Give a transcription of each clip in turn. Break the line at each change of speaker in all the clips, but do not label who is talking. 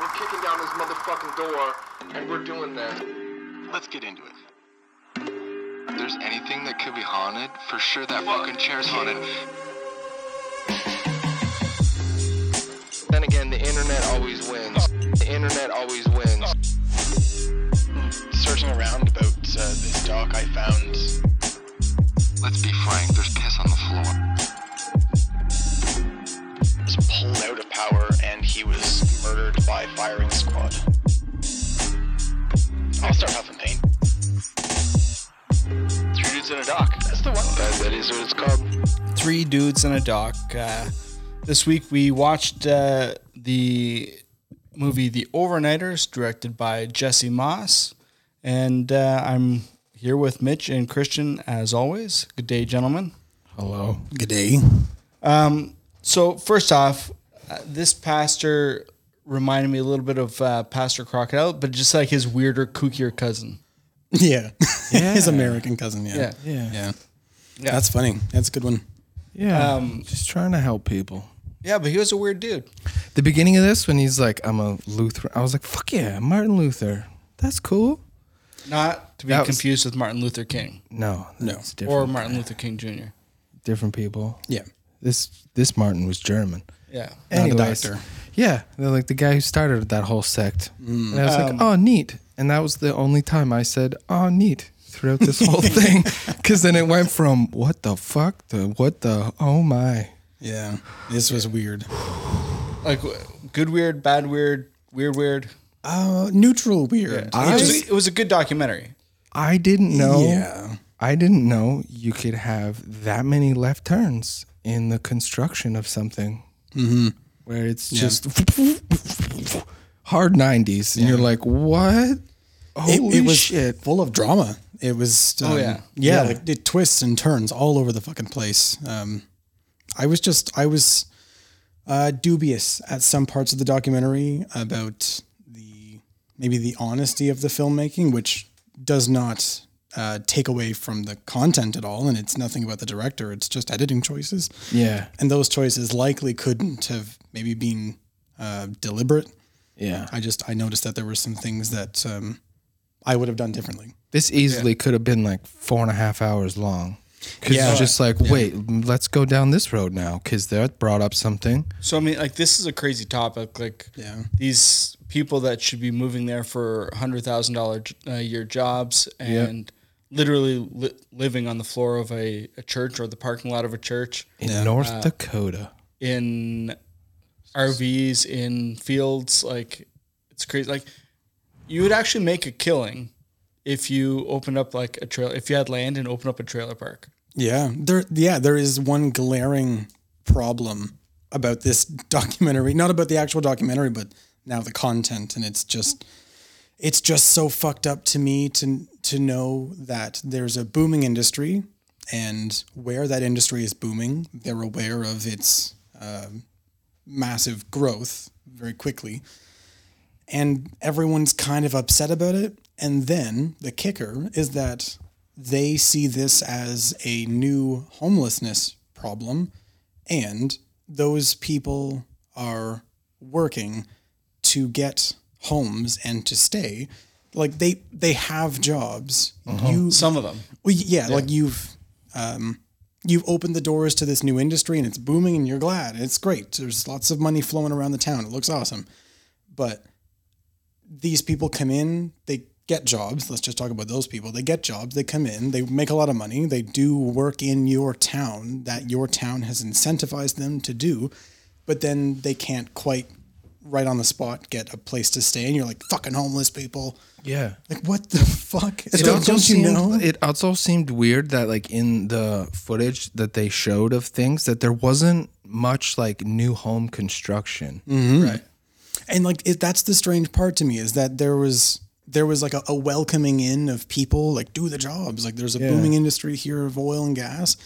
We're kicking down this motherfucking door, and we're doing this.
Let's get into it. If there's anything that could be haunted, for sure that fucking chair's haunted.
Then again, the internet always wins. The internet always wins.
Searching around about uh, this dock, I found
Let's be frank, there's piss on the floor.
was pulled out of power and he was murdered by firing squad. I'll start huffing paint. Three dudes in a dock. That's the one.
That, that is what it's called.
Three Dudes in a Dock. Uh, this week we watched uh, the movie The Overnighters, directed by Jesse Moss. And uh, I'm here with Mitch and Christian as always. Good day, gentlemen.
Hello.
Good day.
So, first off, uh, this pastor reminded me a little bit of uh, Pastor Crocodile, but just like his weirder, kookier cousin.
Yeah. His American cousin. Yeah.
Yeah.
Yeah.
Yeah. That's funny. That's a good one.
Yeah. just trying to help people.
Yeah, but he was a weird dude.
The beginning of this, when he's like, "I'm a Lutheran," I was like, "Fuck yeah, Martin Luther. That's cool."
Not to be
That was-
confused with Martin Luther King
No,
No.
that's
or
different.
Martin Luther King Jr.
different people.
Yeah.
This this Martin was German.
Yeah.
Not a
Anyways,
doctor.
Yeah, they're like the guy who started that whole sect. And I was like, "Oh, neat." And that was the only time I said, "Oh, neat." Throughout this whole thing, because then it went from what the fuck to what the oh my.
Yeah. This was weird.
Like good weird, bad weird, weird weird.
Uh, neutral weird.
It was, it was a good documentary.
I didn't know.
Yeah.
I didn't know you could have that many left turns in the construction of something. Mm-hmm. Where it's just hard 90s. And you're like, what? Holy
it, it was
shit.
full of drama. It was. Um,
Oh, yeah.
yeah,
Yeah.
Like it twists and turns all over the fucking place. Um, I was just I was uh, dubious at some parts of the documentary about the maybe the honesty of the filmmaking, which does not uh, take away from the content at all, and it's nothing about the director. It's just editing choices
Yeah.
and those choices likely couldn't have maybe been uh, deliberate.
Yeah.
I just I noticed that there were some things that um, I would have done differently.
This easily could have been like four and a half hours long. Because
Yeah.
it's just like, wait, let's go down this road now. Because that brought up something.
So I mean, like this is a crazy topic. Like
Yeah.
these people that should be moving there for hundred thousand dollar a year jobs and literally li- living on the floor of a, a church or the parking lot of a church
In North
Uh,
Dakota.
in RVs in fields. Like it's crazy. Like you would actually make a killing if you opened up like a trail if you had land and opened up a trailer park.
Yeah, there yeah there is one glaring problem about this documentary, not about the actual documentary, but now the content, and it's just it's just so fucked up to me to to know that there's a booming industry, and where that industry is booming, they're aware of its massive growth very quickly. And everyone's kind of upset about it. And then the kicker is that they see this as a new homelessness problem. And those people are working to get homes and to stay. Like they they have jobs. You
Some of them.
well, y- yeah, like you've um, you've opened the doors to this new industry and it's booming and you're glad. It's great. There's lots of money flowing around the town. It looks awesome. But these people come in, they get jobs. Let's just talk about those people. They get jobs, they come in, they make a lot of money, they do work in your town that your town has incentivized them to do, but then they can't quite right on the spot get a place to stay and you're like fucking homeless people.
Yeah.
Like what the fuck? Don't, don't you
seemed,
know?
It also seemed weird that like in the footage that they showed of things that there wasn't much like new home construction.
Mm-hmm.
Right.
and like it, that's the strange part to me is that there was there was like a, a welcoming in of people like do the jobs like there's a booming industry here of oil and gas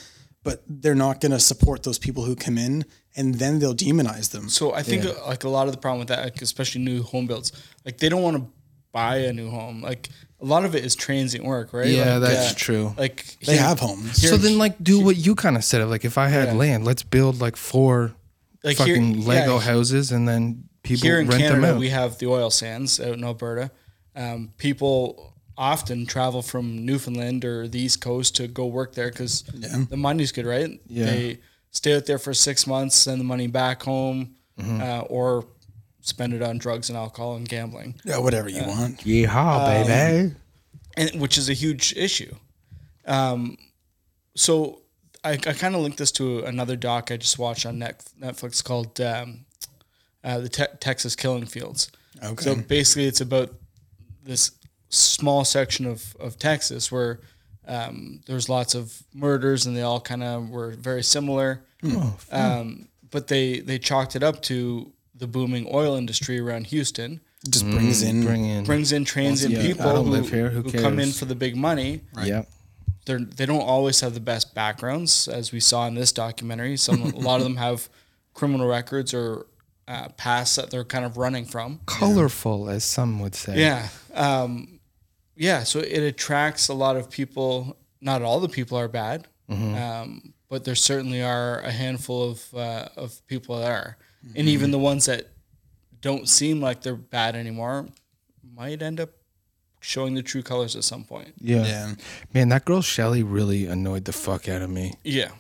but they're not going to support those people who come in and then they'll demonize them
So I think uh, like a lot of the problem with that, like, especially new home builds, like they don't want to buy a new home. Like a lot of it is transient work, right?
Yeah,
like,
that's
uh,
true.
Like
they
here-
have homes
here-
so then like do what you kind of said of like if I had land, let's build like four
Like here-
fucking
yeah,
Lego
he-
houses and then people
here in
rent them
Canada,
out.
we have the oil sands out in Alberta. Um, people often travel from Newfoundland or the East Coast to go work there because the money's good, right?
Yeah.
They stay out there for six months, send the money back home,
Mm-hmm.
uh, or spend it on drugs and alcohol and gambling,
Yeah, whatever you want.
um,
Yeehaw, baby.
and which is a huge issue. Um, so I, I kind of linked this to another doc I just watched on Net- Netflix called um, uh, the Te- Texas Killing Fields.
Okay.
So basically, it's about this small section of, of Texas where um, there's lots of murders and they all kind of were very similar.
Hmm. Oh,
um, but they, they chalked it up to the booming oil industry around Houston.
just brings in.
Bring in.
Brings in trans in
Yeah, I
people
don't
who,
live here, who
who come in
cares?
for the big money.
Yeah.
They're, they don't always have the best backgrounds, as we saw in this documentary. Some a lot of them have criminal records or uh, pasts that they're kind of running from.
Colorful, as some would say.
Yeah. Um, yeah. So it attracts a lot of people. Not all the people are bad,
Mm-hmm.
um, but there certainly are a handful of, uh, of people that are.
Mm-hmm.
And even the ones that don't seem like they're bad anymore might end up showing the true colors at some point.
Yeah.
Yeah.
Man, that girl Shelly really annoyed the fuck out of me.
Yeah.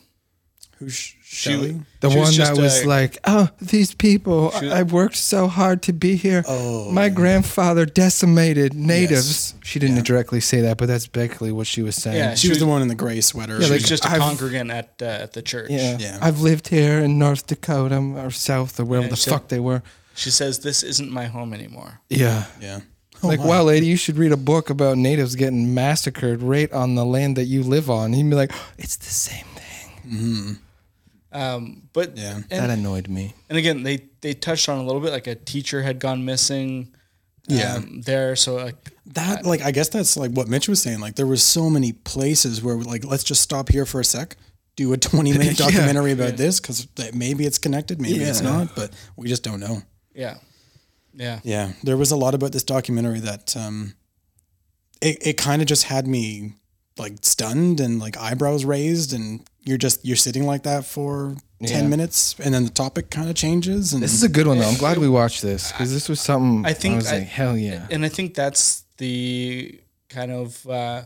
Who's sh-
She-
Shelley?
The
she
one
just
that was
a-
like, "Oh, these people! I I worked so hard to be here.
Oh.
My grandfather decimated natives." She didn't directly say that, but that's basically what she was saying.
Yeah,
She was the one in the gray sweater.
She
like-
was just a
I've-
congregant at, uh, at the church.
yeah.
Yeah.
I've lived here in North Dakota or South or wherever
Yeah,
the
she-
fuck they were.
She says, This isn't my home anymore.
Yeah.
yeah.
Oh,
like, wow, lady, you should read a book about natives getting massacred right on the land that you live on. He'd be like, "Oh, "It's the same thing."
But
Yeah.
and-
That annoyed me.
and again they they touched on a little bit like a teacher had gone missing
Yeah.
um, there so like
That like I guess that's like what Mitch was saying. Like there was so many places where like let's just stop here for a sec, do a twenty minute
Yeah.
documentary about this because maybe it's connected, maybe it's
Yeah.
not, but we just don't know.
yeah yeah
Yeah, there was a lot about this documentary that um, it it kind of just had me like stunned and like eyebrows raised, and you're just you're sitting like that for
Yeah.
ten minutes, and then the topic kind of changes, and
This is a good one though. I'm glad we watched this because this was something
I think
I was
I-
like, "Hell yeah!"
and i think that's the kind of uh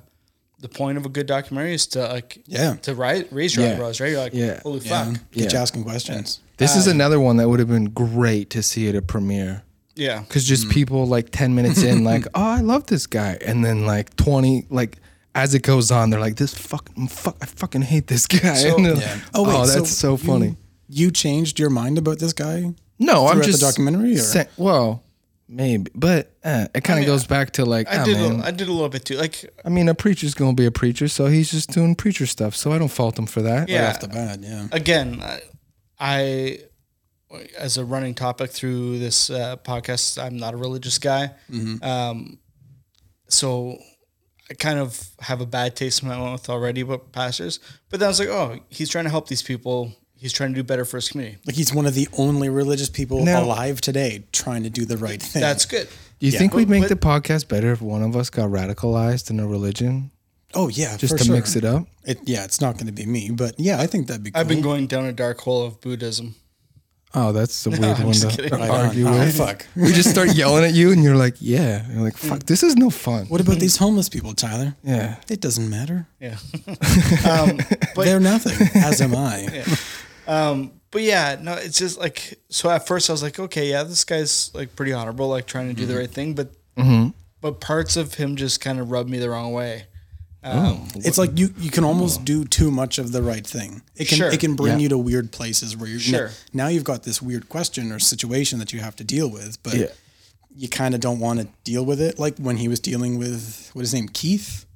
the point of a good documentary is to like
Yeah.
to ri- raise your
Yeah.
eyebrows right you're like
Yeah.
holy
yeah,
fuck
get you
Yeah.
asking questions.
This is another one that would have been great to see at a premiere.
yeah
Cause just people like 10 minutes in, like, oh, I love this guy. And then like 20, like as it goes on, they're like, this fucking, fuck, I fucking hate this guy. and they're like, oh, that's so,
you-
funny.
You changed your mind about this guy?
no, I'm
throughout the
just.
documentary, or-
sa- well, maybe. But uh, it kind of goes back to like,
i
ah,
did
man,
a, i did a little bit too like
I mean, a preacher's going to be a preacher. So he's just doing preacher stuff. So I don't fault him for that.
yeah
Off the bat, yeah.
again, I, I as a running topic through this uh, podcast, I'm not a religious guy, um, so I kind of have a bad taste in my mouth already about pastors. But then I was like, oh, he's trying to help these people. He's trying to do better for his community.
Like he's one of the only religious people
Now-
alive today trying to do the right thing.
That's good.
Do you think we'd make
but-
the podcast better if one of us got radicalized in a religion
oh yeah,
just
for
to
sure.
mix it up?
It, yeah, it's not going to be me, but yeah, I think that'd be. Cool.
I've been going down a dark hole of Buddhism.
Oh, that's the weird one
just
to
kidding.
to
Right on.
argue
Ah,
with.
fuck.
We just start yelling at you, and you're like, "Yeah," and you're like, "Fuck, this is no fun."
What about these homeless people, Tyler?
Yeah,
It doesn't matter.
Yeah. Um,
They're nothing, as am I.
but yeah, no, it's just like so. At first, I was like, okay, yeah, this guy's like pretty honorable, like trying to do
Mm-hmm.
the right thing, but but parts of him just kind of rubbed me the wrong way.
Oh,
It's like you, you can almost do too much of the right thing. It can
Sure.
it can bring
Yeah.
you to weird places where you're
Sure.
now, you've got this weird question or situation that you have to deal with, but
Yeah.
you kind of don't want to deal with it. Like when he was dealing with what is his name Keith,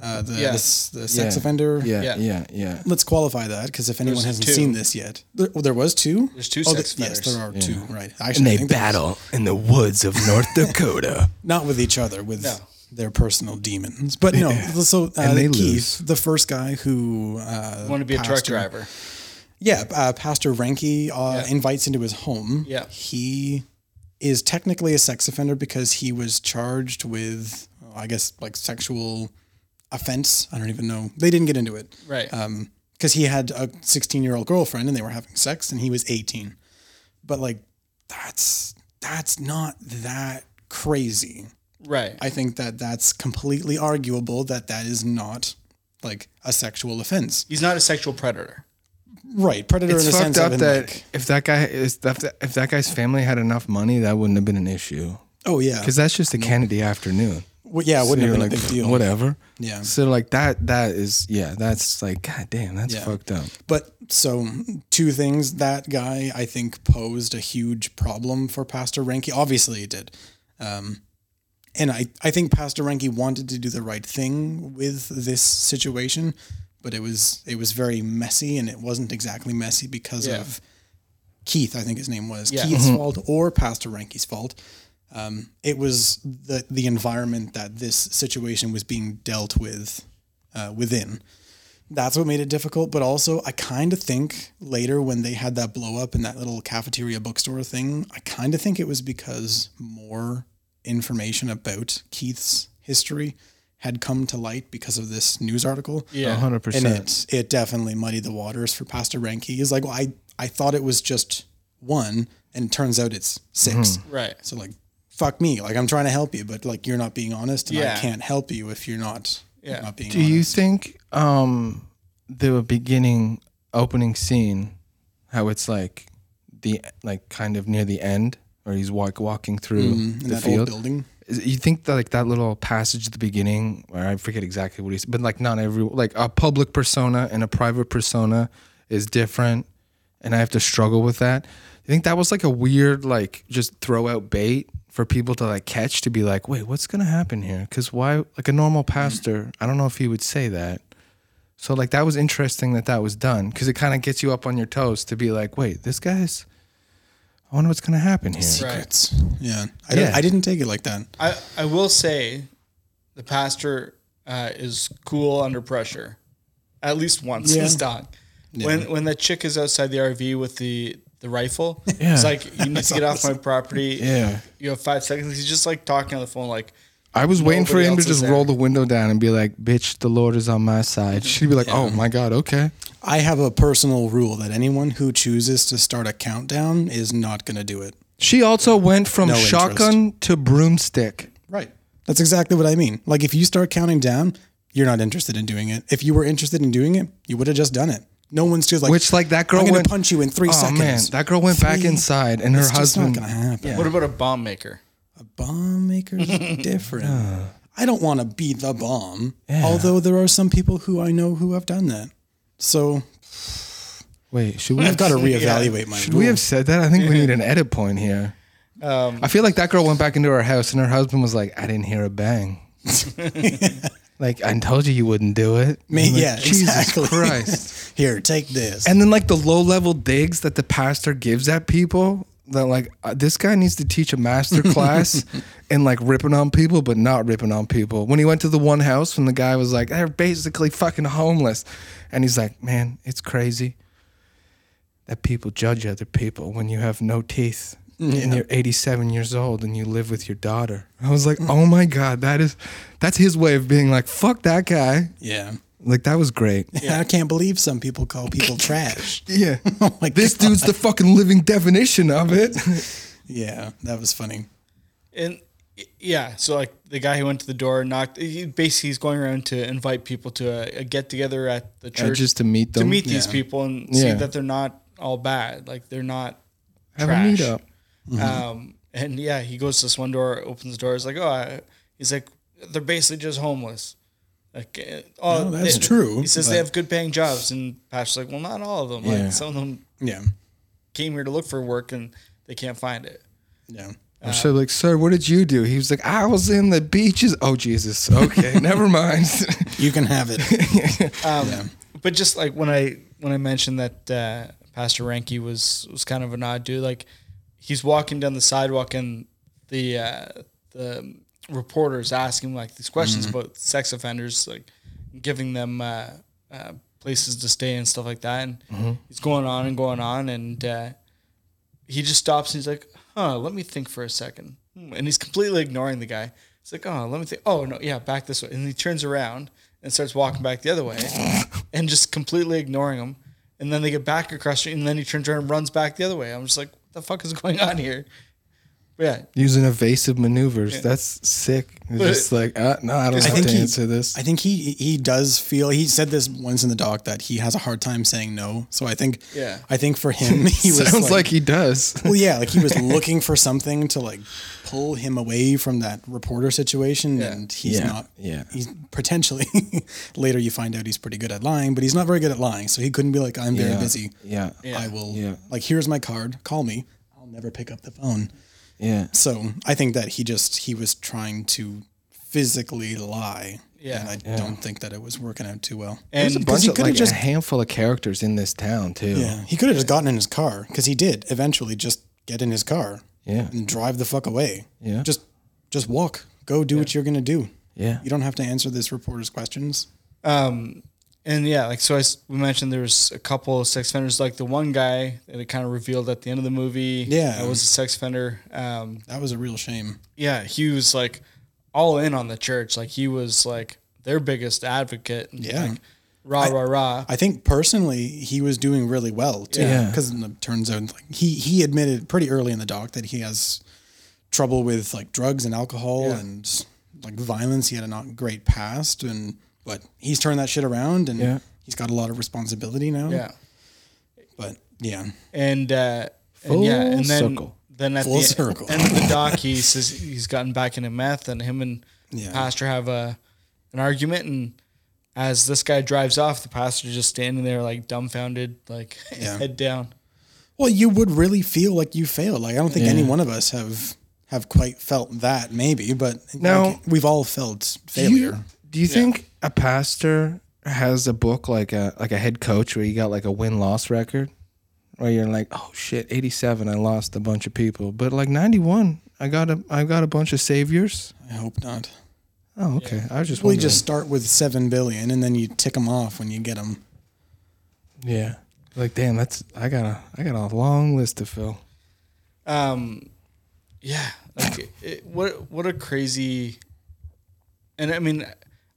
uh, the,
Yeah.
the s- the sex
Yeah.
offender.
yeah,
Yeah.
yeah, yeah, yeah.
Let's qualify that because if anyone
There's
hasn't
two.
seen this yet, there, well, there was two.
There's two
Oh,
sex
th- yes, there are
offenders.
two. Right, Actually,
And
I
they
think there was-
battle in the woods of North Dakota.
not with each other, with
No.
their personal demons. But no, so uh,
And they lose.
Keith, the first guy who uh,
Want to be a truck
Pastor-
driver?
yeah, uh, Pastor Ranke uh, invites into his home.
Yeah.
he is technically a sex offender because he was charged with, well, I guess, like sexual offense. I don't even know. They didn't get into it,
Right.
Because he had a 16 year old girlfriend and they were having sex, and he was 18. But like, that's that's not that crazy.
Right.
I think that that's completely arguable that that is not like a sexual offense.
He's not a sexual predator.
Right. Predator
It's
in the
fucked
sense
up
of in,
that
like,
if that guy is if that, if that guy's family had enough money, that wouldn't have been an issue.
oh yeah.
Because that's just a Kennedy afternoon.
Well, yeah, it
So
wouldn't
you're
have been a
like,
big deal.
Whatever.
Yeah.
So like that that is yeah, that's like god damn, that's
Yeah.
fucked up.
But so two things that guy I think posed a huge problem for Pastor Renke. Obviously he did. Um, and I, I think Pastor Renke wanted to do the right thing with this situation, but it was it was very messy and it wasn't exactly messy because
Yeah.
of Keith, I think his name was
Yeah.
Keith's fault or Pastor Renke's fault. Um, it was the the environment that this situation was being dealt with uh, within that's what made it difficult. But also, I kind of think later when they had that blow up in that little cafeteria bookstore thing, I kind of think it was because more information about Keith's history had come to light because of this news article.
A hundred
And
percent.
it, it definitely muddied the waters for Pastor Ranke. He's like, well, I, I thought it was just one, and it turns out it's 6
Right.
So, like, fuck me. Like, I'm trying to help you, but like, you're not being honest, and
Yeah.
I can't help you if you're not,
Yeah.
not being
Do you think um the beginning opening scene, how it's like the like kind of near the end, or he's walk walking through
Mm-hmm.
the
in that old
field?
building.
Is- You think that like that little passage at the beginning, or I forget exactly what he's, but like not every like a public persona and a private persona is different, and I have to struggle with that. You think that was like a weird like just throw out bait for people to like catch to be like, wait, what's gonna happen here? Because why like a normal pastor, I don't know if he would say that. So like that was interesting that that was done because it kind of gets you up on your toes to be like, wait, this guy's. I wonder what's gonna happen here.
secrets. Yeah. I, don't
Yeah.
I didn't take it like that.
I, I will say the pastor uh, is cool under pressure. At least once
Yeah.
is done. When when that chick is outside the RV with the, the rifle,
Yeah.
it's like you need to get off my property.
Yeah.
You have five seconds. He's just like talking on the phone like
I was waiting for
Nobody
him to
else is
just
there.
roll the window down and be like, "Bitch, the Lord is on my side." She'd be like, "Oh my God, okay."
I have a personal rule that anyone who chooses to start a countdown is not going to do it.
She also went from
No
shotgun to broomstick.
Right. That's exactly what I mean. Like if you start counting down, you're not interested in doing it. If you were interested in doing it, you would have just done it. No one's just like
Which like that girl
I'm gonna
went
punch you in three
oh,
seconds.
man, that girl went back
Three-
inside and her
It's just not
husband.
gonna happen.
what about a bomb maker?
Bomb makers are different. I don't want to be the bomb. Although there are some people who I know who have done that. So
Wait, should we
I've
have
got to reevaluate my.
should we
rule.
have said that? I think we need an edit point here. I feel like that girl went back into her house and her husband was like, "I didn't hear a bang." like I told you, you wouldn't do it.
Me-
I'm like,
yeah,
Jesus
exactly.
Christ.
Here, take this.
And then like the low level digs that the pastor gives at people that like uh, this guy needs to teach a master class in like ripping on people but not ripping on people. When he went to the one house when the guy was like they're basically fucking homeless and he's like, "Man, it's crazy that people judge other people when you have no teeth." And you're 87 years old and you live with your daughter. I was like, "Oh my god, that is that's his way of being like, fuck that guy."
yeah.
Like that was great.
I can't believe some people call people trash.
Yeah.
Oh my
this
God.
dude's the fucking living definition of it.
Yeah, that was funny.
And y- yeah, so like the guy who went to the door knocked. He basically, he's going around to invite people to a, a get together at the church
just to meet them.
to meet these
yeah.
people and see
Yeah.
that they're not all bad. Like they're not
Have a
trash.
meetup.
Mm-hmm.
Um, and yeah, he goes to this one door, opens the door. He's like, oh, I, he's like, they're basically just homeless. Like, eh, oh,
No, that's
they-
true,
He says
but-
they have good paying jobs, and Pastor's like, well, not all of them.
Yeah.
Like some of them
Yeah,
came here to look for work and they can't find it.
yeah.
I'm so like, sir, what did you do? He was like, I was in the beaches. Oh Jesus. Okay, never mind.
You can have it.
but just like when I when I mentioned that uh, Pastor Ranky was was kind of an odd dude, like he's walking down the sidewalk and the uh, the reporters asking him, like these questions about sex offenders, like giving them uh, uh, places to stay and stuff like that, and he's going on and going on, and uh, he just stops and he's like, "Huh, let me think for a second. Hmm, and he's completely ignoring the guy. He's like, "Oh, let me think. Oh no, yeah, back this way." And he turns around and starts walking back the other way, and just completely ignoring him. And then they get back across, the street, and then he turns around and runs back the other way. I'm just like, "What the fuck is going on here?" Yeah.
using evasive maneuvers. That's sick. It's just like, uh, no, I don't know
I
how
think
to
he-
answer this.
I think he he does feel he said this once in the doc that he has a hard time saying no. So I think
Yeah.
I think for him he was
Sounds like,
like
he does.
well, yeah, like he was looking for something to like pull him away from that reporter situation, and he's
Yeah.
not.
Yeah.
he's potentially later you find out he's pretty good at lying, but he's not very good at lying. So he couldn't be like, "I'm very
Yeah.
busy.
Yeah.
I will.
Yeah.
Like, here's my card. Call me. I'll never pick up the phone."
Yeah.
So I think that he just he was trying to physically lie.
Yeah.
and I don't think that it was working out too well.
There's a
And
bunch
he
of
could've
like
just-
a handful of characters in this town too.
Yeah, he could have just gotten in his car because he did eventually just get in his car.
Yeah.
and drive the fuck away.
Yeah.
just just walk. Go do what you're gonna do.
Yeah.
You don't have to answer this reporter's questions.
um, and yeah, like so I s- we mentioned there was a couple of sex offenders, like the one guy that it kind of revealed at the end of the movie.
Yeah.
That was a sex offender. Um,
That was a real shame.
yeah, he was like all in on the church. Like he was like their biggest advocate. And,
Yeah.
Like, rah, rah, rah.
I think personally he was doing really well too.
Yeah.
Because it turns out like he he admitted pretty early in the doc that he has trouble with like drugs and alcohol and like violence. He had a not great past and but he's turned that shit around and
Yeah.
he's got a lot of responsibility now.
yeah.
But yeah.
And, uh, and yeah,
Full
and then,
circle.
then at
Full
the
circle.
end of the doc, he says he's gotten back into meth and him and
Yeah.
pastor have a, an argument. And as this guy drives off, the pastor just standing there like dumbfounded, like
Yeah.
head down.
Well, you would really feel like you failed. Like I don't think any one of us have have quite felt that, maybe, but
No.
like, we've all felt
Do you-
failure.
Do you think a pastor has a book like a like a head coach where you got like a win loss record, where you're like, oh shit, eighty seven, I lost a bunch of people, but like ninety one, I got a I got a bunch of saviors.
I hope not.
Oh okay, I was just
Well, you
wondering.
just start with seven billion, and then you tick them off when you get them.
yeah, like damn, that's I got a I got a long list to fill.
um yeah like it, what what a crazy and i mean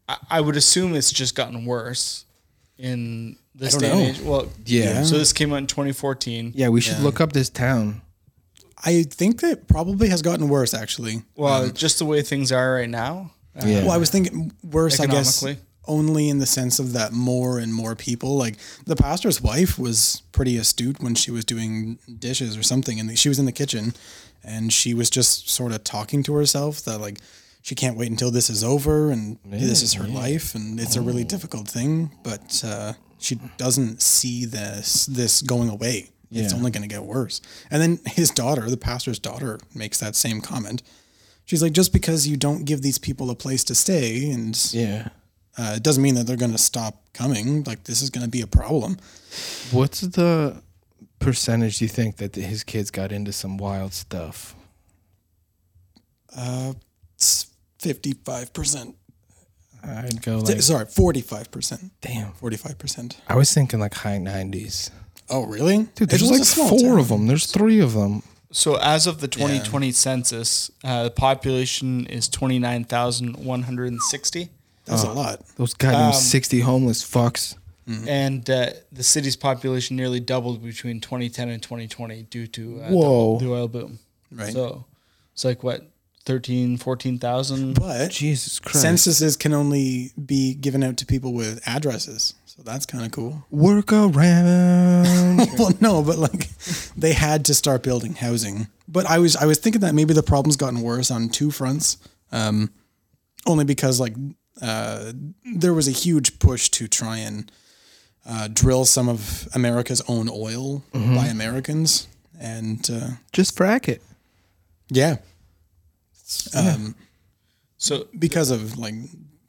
I, I would assume it's just gotten worse in this
I
day
don't
and
know.
age well
Yeah.
so this came out in 2014
Yeah, we should look up this town.
I think that probably has gotten worse, actually.
well just the way things are right now
Yeah,
Well, I was thinking worse, I guess,
Economically.
only in the sense of that more and more people. Like the pastor's wife was pretty astute when she was doing dishes or something, and she was in the kitchen, and she was just sort of talking to herself that like she can't wait until this is over and this is her life, and it's a really
Oh.
difficult thing, but uh, she doesn't see this this going away. It's
Yeah.
only going to get worse. And then his daughter, the pastor's daughter, makes that same comment. She's like, just because you don't give these people a place to stay, and
yeah.
uh, it doesn't mean that they're going to stop coming. Like, this is going to be a problem.
What's the percentage you think that his kids got into some wild stuff?
It's 55%.
I'd go
T-
like,
Sorry, 45%.
damn.
45%.
I was thinking like high 90s.
Oh, really?
Dude,
It
there's
was a
like
small
four
town.
of them. There's three of them.
so as of the 2020 census uh, the population is 29160
That's a lot.
Those
Um,
goddamn 60 homeless fucks.
and uh, the city's population nearly doubled between 2010 and 2020 due to uh,
Whoa.
The, the oil boom
Right.
So it's like what 13, 14,000.
But
Jesus Christ.
censuses can only be given out to people with addresses. So that's kind of cool.
Work around.
Well, no, but like they had to start building housing. But I was I was thinking that maybe the problem's gotten worse on two fronts, um, only because like uh, there was a huge push to try and uh, drill some of America's own oil
Mm-hmm.
by Americans, and uh,
Just frack it.
yeah, Um,
So
because of like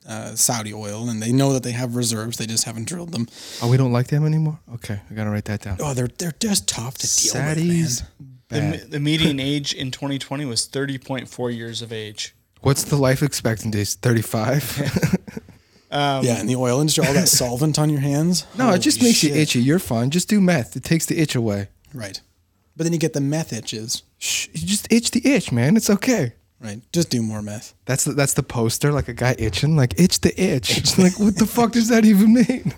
uh, Saudi oil, and they know that they have reserves, they just haven't drilled them.
Oh, we don't like them anymore? Okay. I got to write that down.
Oh, they're they're just tough to deal with,
Saddies.
man.
the, me- the median age in 2020 was 30.4 years of age.
What's the life expectancy? 35?
yeah, and the oil industry, all that solvent on your hands.
no, it just
Holy
makes
shit.
you itchy. You're fine. Just do meth. It takes the itch away.
Right. But then you get the meth itches.
Shh, you just itch the itch, man. It's okay.
Right. Just do more meth.
That's the, that's the poster, like a guy itching, like itch the itch. like what the fuck does that even mean?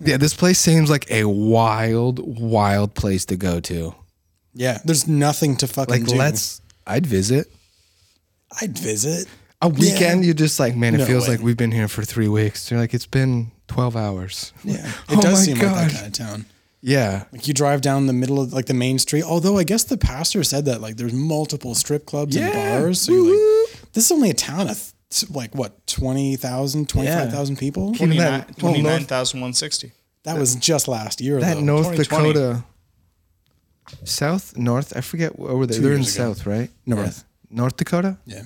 yeah, this place seems like a wild, wild place to go to.
Yeah, there's nothing to fucking
Like,
do.
let's. I'd visit
I'd visit.
a weekend. You're just like, man, it
No
feels
way.
like we've been here for three weeks. You're like, it's been twelve hours.
Yeah, it
Oh
does
my
seem like
God.
that kind of town.
Yeah,
Like you drive down the middle of like the main street. Although I guess the pastor said that like there's multiple strip clubs and
Yeah.
bars. So you're like, this is only a town of like what 20,000, 25,000 people.
Even that-
29-
well, North-
29,160.
That was just last year.
that
though.
North
2020.
Dakota, South North. I forget where were they. They're in
years ago.
South, right?
North.
Yeah. North Dakota.
Yeah.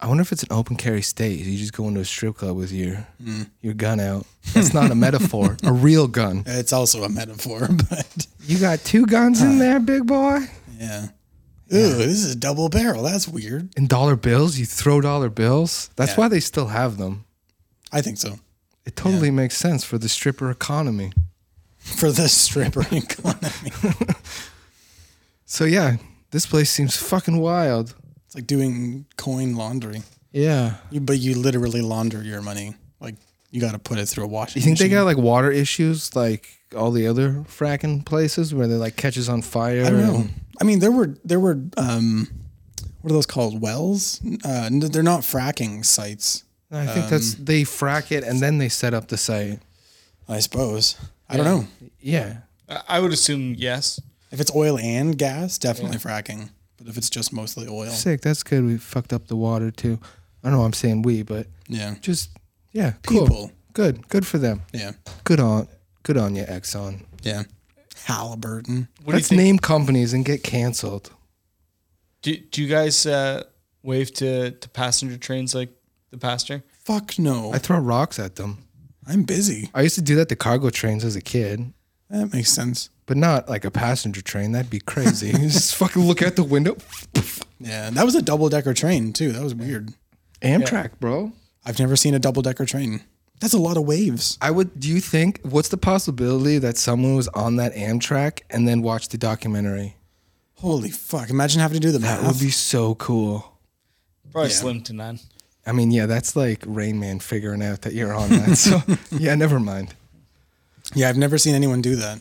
I wonder if it's an open carry state. You just go into a strip club with your
Mm.
your gun out. That's not a metaphor. A real gun.
It's also a metaphor, but
You got two guns in there, big boy.
yeah. Ooh, this is a double barrel. That's weird.
And dollar bills. You throw dollar bills. That's
Yeah.
why they still have them.
I think so.
It totally makes sense for the stripper economy.
For the stripper economy.
So yeah, this place seems fucking wild.
It's like doing coin laundering.
Yeah.
You, but you literally launder your money. Like you got to put it through a washing.
You think they
machine.
got like water issues like all the other fracking places where they like catches on fire?
I don't know.
and-
I mean, there were there were um, what are those called? Wells? Uh, n- they're not fracking sites,
I think that's
Um,
they frack it and then they set up the site.
I suppose. I don't know.
Yeah.
I- I would assume yes.
If it's oil and gas, definitely fracking. But if it's just mostly oil,
Sick. That's good. We fucked up the water too. I don't know. why I'm saying we, but
yeah,
just yeah. Cool.
people,
Good. Good for them.
yeah,
Good on. Good on you, Exxon.
yeah. Halliburton.
What
Let's
do you think?
name companies and get canceled.
do, do you guys uh, wave to, to passenger trains like the pastor?
Fuck no.
I throw rocks at them.
I'm busy.
I used to do that to cargo trains as a kid,
That makes sense.
but not like a passenger train. That'd be crazy. You just fucking look out the window.
Yeah, that was a double decker train too. That was weird.
Amtrak, bro.
I've never seen a double decker train. That's a lot of waves.
I would. Do you think what's the possibility that someone was on that Amtrak and then watched the documentary?
Holy fuck! Imagine having to do the
That
math.
would be so cool.
Probably slim to none.
I mean, yeah, that's like Rain Man figuring out that you're on that. So yeah, never mind.
yeah, I've never seen anyone do that.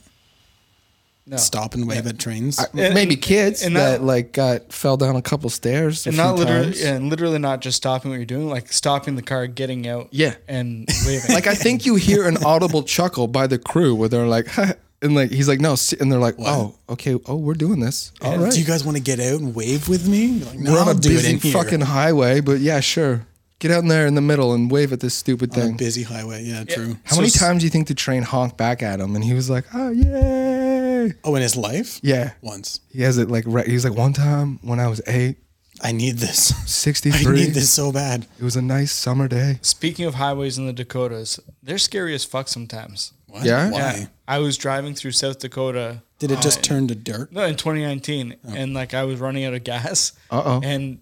No.
Stop and wave at trains.
And-
Maybe kids
and
that,
not-
like got fell down a couple stairs.
And not literally,
times.
and literally not just stopping what you're doing, like stopping the car, getting out,
Yeah.
and waving.
Like I think you hear an audible chuckle by the crew where they're like, and like he's like, no, s- and they're like, oh, okay, oh, we're doing this. All right,
Do you guys want to get out and wave with me? You're like, no,
we're on
I'll
a
do it
busy
in here.
fucking highway, but yeah, sure, get out in there in the middle and wave at this stupid
on a
thing.
busy highway. Yeah, true.
How many times do you think the train honked back at him? And he was like, oh, yay.
Oh, in his life?
Yeah.
Once.
He has it like, re- he's like, one time when I was eight,
I need this. I
63,
need this so bad.
it was a nice summer day.
Speaking of highways in the Dakotas, they're scary as fuck sometimes.
What?
Yeah?
Why?
Yeah. I was driving through South Dakota
Did it just turn to dirt?
no, in 2019, and like I was running out of gas.
Oh. Uh-oh.
And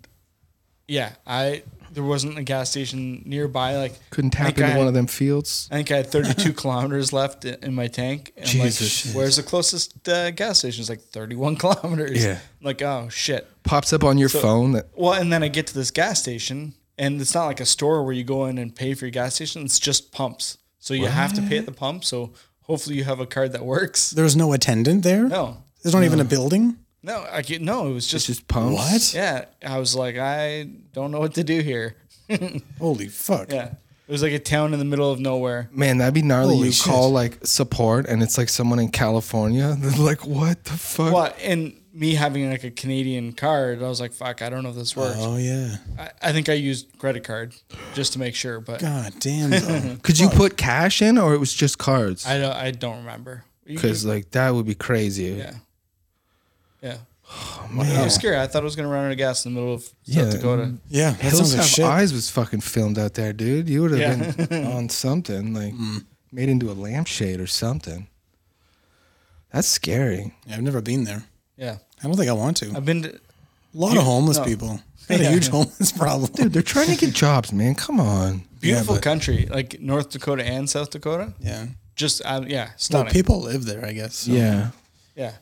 yeah, I there wasn't a gas station nearby. Like
Couldn't
I
tap
think
into
I
one
had-
of them fields.
I think I had 32 kilometers left i- in my tank. And I'm
Jesus
like,
shit.
where's the closest uh, gas station? It's like 31 kilometers.
Yeah.
I'm like, oh shit.
Pops up on your phone that,
Well, and then I get to this gas station, and it's not like a store where you go in and pay for your gas station. It's just pumps, so you have to pay at the pump. So hopefully, you have a card that works.
There was no attendant there?
No,
There's not even a building?
no, I get no. It was just,
just pumps.
What?
yeah. I was like, I don't know what to do here.
Holy fuck.
Yeah, it was like a town in the middle of nowhere.
Man, that'd be gnarly.
Holy
you
shit.
call like support and it's like someone in California. They're like, what the fuck?
Well, and me having like a Canadian card, I was like, fuck, I don't know if this works.
Oh, yeah.
I, I think I used credit card just to make sure, but
God damn. though.
Could you put cash in or it was just cards?
I don't. I don't remember. You-
Because like that would be crazy.
Yeah. Yeah. It was scary. I thought I was going to run out of gas in the middle of South
Yeah.
Dakota.
yeah, that
Hills
sounds like
Have
shit.
Eyes was fucking filmed out there, dude. You would have
Yeah.
been on something like
Mm.
made into a lampshade or something. That's scary.
Yeah, I've never been there.
Yeah.
I don't think I want to. A
I've been to,
lot of homeless
no.
people. Got a huge homeless problem.
oh. Dude, they're trying to get jobs, man. Come on.
beautiful country, like North Dakota and South Dakota.
Yeah.
Just, um, yeah,
Well,
stunning.
people live there, I guess. so-
Yeah.
yeah.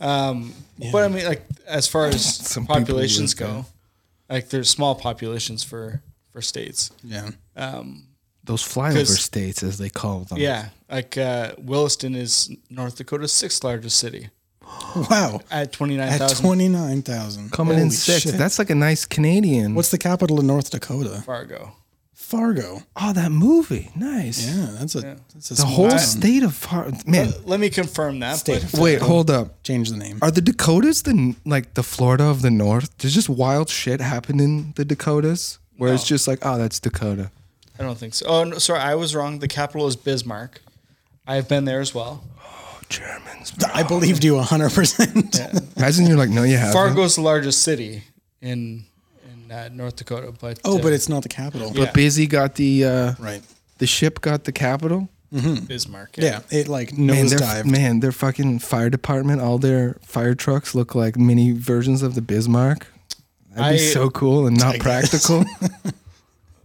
Um, But I mean, like, as far as
Some people
populations
live there.
go, like, there's small populations for, for states.
Yeah.
Those flyover
'Cause-
states, as they call them.
Yeah. Like, uh, Williston is North Dakota's sixth largest city.
Wow.
at
At
29,000
29,000.
Coming in
Holy
sixth.
shit.
That's like a nice Canadian.
What's the capital of North Dakota?
Fargo.
Fargo.
oh that movie? Nice.
Yeah, that's a, that's a
The
small
whole
town.
state of Far- man.
Let me confirm that.
State of-
Wait, hold up.
Change the name.
Are the Dakotas the like the Florida of the North? There's just wild shit happening in the Dakotas where it's just like, oh, that's Dakota.
but I don't think so. Oh, no, sorry, I was wrong. The capital is Bismarck. I've been there as well.
Germans.
I believed you 100%.
Imagine you're like, no, you haven't.
Fargo's the largest city in in uh, North Dakota, but
Oh,
uh,
but it's not the capital.
But busy got the uh,
Right.
the ship got the capital.
uh, Bismarck.
Yeah, it like
Man, their
nosedived.
man, their fucking fire department, all their fire trucks look like mini versions of the Bismarck. That'd be
I-
so cool and not
guess.
practical.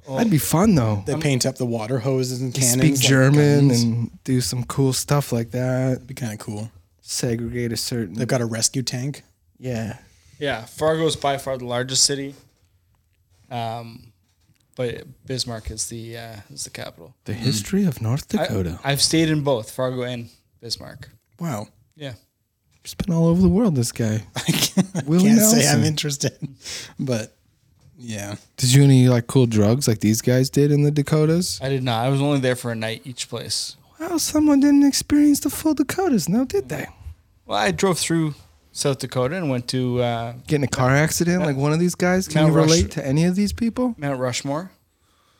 That'd be fun though.
They paint up the water hoses and cannons.
Speak
like
German
guns.
and do some cool stuff like that.
Be kind of cool.
Segregate a certain.
They've got a rescue tank.
yeah.
Yeah, Fargo is by far the largest city. Um, but Bismarck is the uh, is the capital.
The history of North Dakota.
I, have stayed in both Fargo and Bismarck.
Wow.
Yeah,
He's been all over the world, this guy.
I can't, I
Willie
can't say
Nelson.
I'm interested, but yeah.
Did you do any like cool drugs like these guys did in the Dakotas?
I did not. I was only there for a night each place.
Well, someone didn't experience the full Dakotas now, did they?
Well, I drove through South Dakota and went to uh,
Get in a car accident like one of these guys? Can
Mount
you relate
Rush-
to any of these people?
Mount Rushmore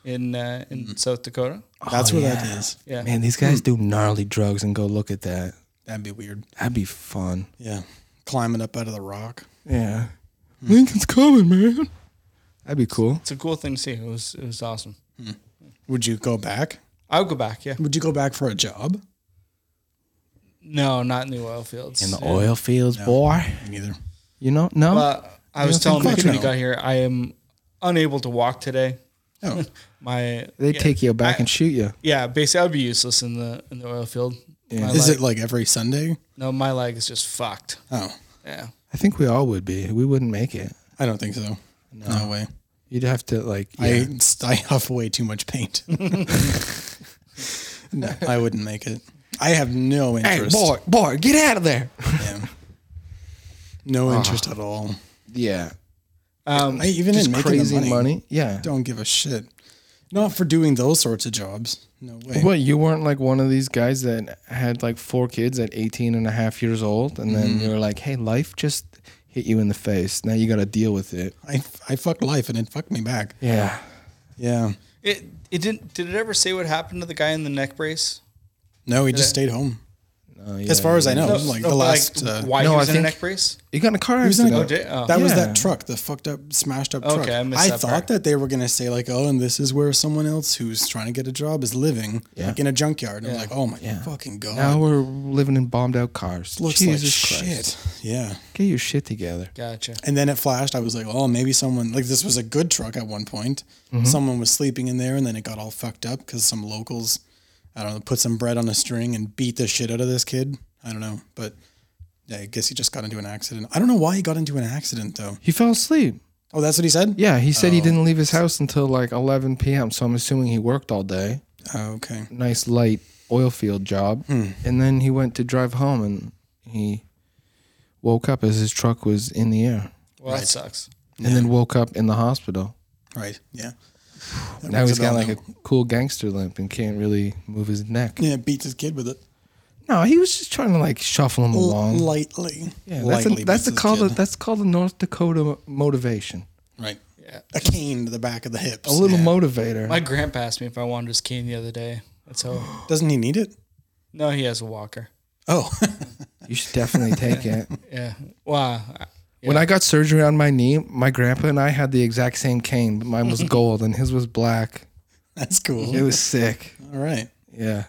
in uh, in
Mm-hmm.
South Dakota.
That's
Oh,
where
yeah.
that is.
Yeah,
Man, these guys do gnarly drugs and go look at that.
That'd be weird.
That'd be fun.
Yeah. Climbing up out of the rock.
Yeah. Lincoln's coming, man. That'd be cool.
it's a cool thing to see. It was it was awesome.
Would you go back?
I would go back. Yeah,
Would you go back for a job?
no, not in the oil fields.
In the oil fields, boy.
Neither.
You know? No?
But I was telling
don't think
Mitch when
so?
he got here, I am unable to walk today.
Oh,
My
they
yeah,
take you back
I-
and shoot you.
Yeah, basically, I'd be useless in the in the oil field. My
is
leg,
it like every Sunday?
No, my leg is just fucked.
Oh,
Yeah,
I think we all would be. We wouldn't make it.
I don't think so. No, way.
You'd have to like yeah.
I I huff way too much paint. no, I wouldn't make it. I have no interest.
boy, get out of there.
Yeah. No
Ah.
interest at all.
Yeah.
I even in
Um, Just
making
crazy
the
money.
money,
Yeah.
don't give a shit. Not for doing those sorts of jobs. No way.
What, you weren't like one of these guys that had like four kids at 18 and a half years old and then you were like, "Hey, life just hit you in the face. Now you got to deal with it."
I I fucked life and it fucked me back.
Yeah.
Yeah.
it it didn't. Did it ever say what happened to the guy in the neck brace?
No, he just stayed home.
Uh,
As
yeah,
far as I
yeah.
know,
No,
like
no,
the
but,
last. uh,
Oh, why
No,
he
I
was in a
think-
neck brace?
you got in a car
He was in a-
accident.
did- oh.
That was
Yeah.
that truck, the fucked up, smashed up truck.
Okay, I missed that
thought
part.
that they were gonna say like, oh, and this is where someone else who's trying to get a job is living, like in a junkyard. And I'm like, oh my fucking god,
Now we're living in bombed out cars.
looks
Jesus
like
Christ.
shit. Yeah.
Get your shit together.
Gotcha.
And then it flashed. I was like, oh, maybe someone like this was a good truck at one point.
Mm-hmm.
Someone was sleeping in there, and then it got all fucked up because some locals, I don't know, put some bread on a string and beat the shit out of this kid. I don't know, but yeah, I guess he just got into an accident. I don't know why he got into an accident though.
He fell asleep.
Oh, that's what he said.
Yeah, he
Oh.
said he didn't leave his house until like 11 p.m. So I'm assuming he worked all day.
Oh, okay.
Nice light oil field job. And then he went to drive home and he woke up as his truck was in the air
Well, that sucks.
and then woke up in the hospital.
Right. Yeah. That
Now
rings
he's got
bell
like
now.
a cool gangster limp and can't really move his neck.
Yeah, beats his kid with it
No, he was just trying to like shuffle him along.
lightly.
yeah, that's a,
Lightly
that's
beats
a
his
call.
kid.
To, that's called the North Dakota motivation.
right.
Yeah.
A cane to the back of the hips.
A little
Yeah.
motivator.
My grandpa asked me if I wanted his cane the other day. That's how.
Doesn't he need it?
No, he has a walker.
Oh,
you should definitely take it.
Yeah. Wow.
When I got surgery on my knee, my grandpa and I had the exact same cane, but mine was gold and his was black.
that's cool.
It was sick.
All right.
Yeah.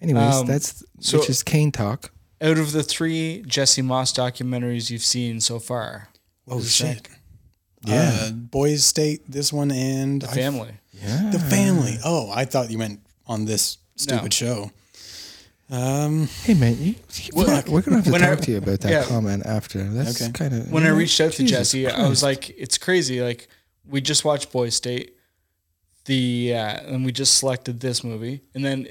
Anyways,
Um,
that's
so-
which is cane talk.
Out of the three Jesse Moss documentaries you've seen so far,
Oh shit.
Yeah.
Uh, Boys State, this one, and I-
family.
Yeah.
the family.
Mm.
Oh, I thought you meant on this stupid show. Um,
Hey man, you,
Fuck.
we're gonna have to
When I-
talk to you about that
yeah.
comment after. That's
Okay.
kind of
when I reached out to
Jesus
Jesse, I was like, "It's crazy! Like, we just watched Boy State, the uh, and we just selected this movie, and then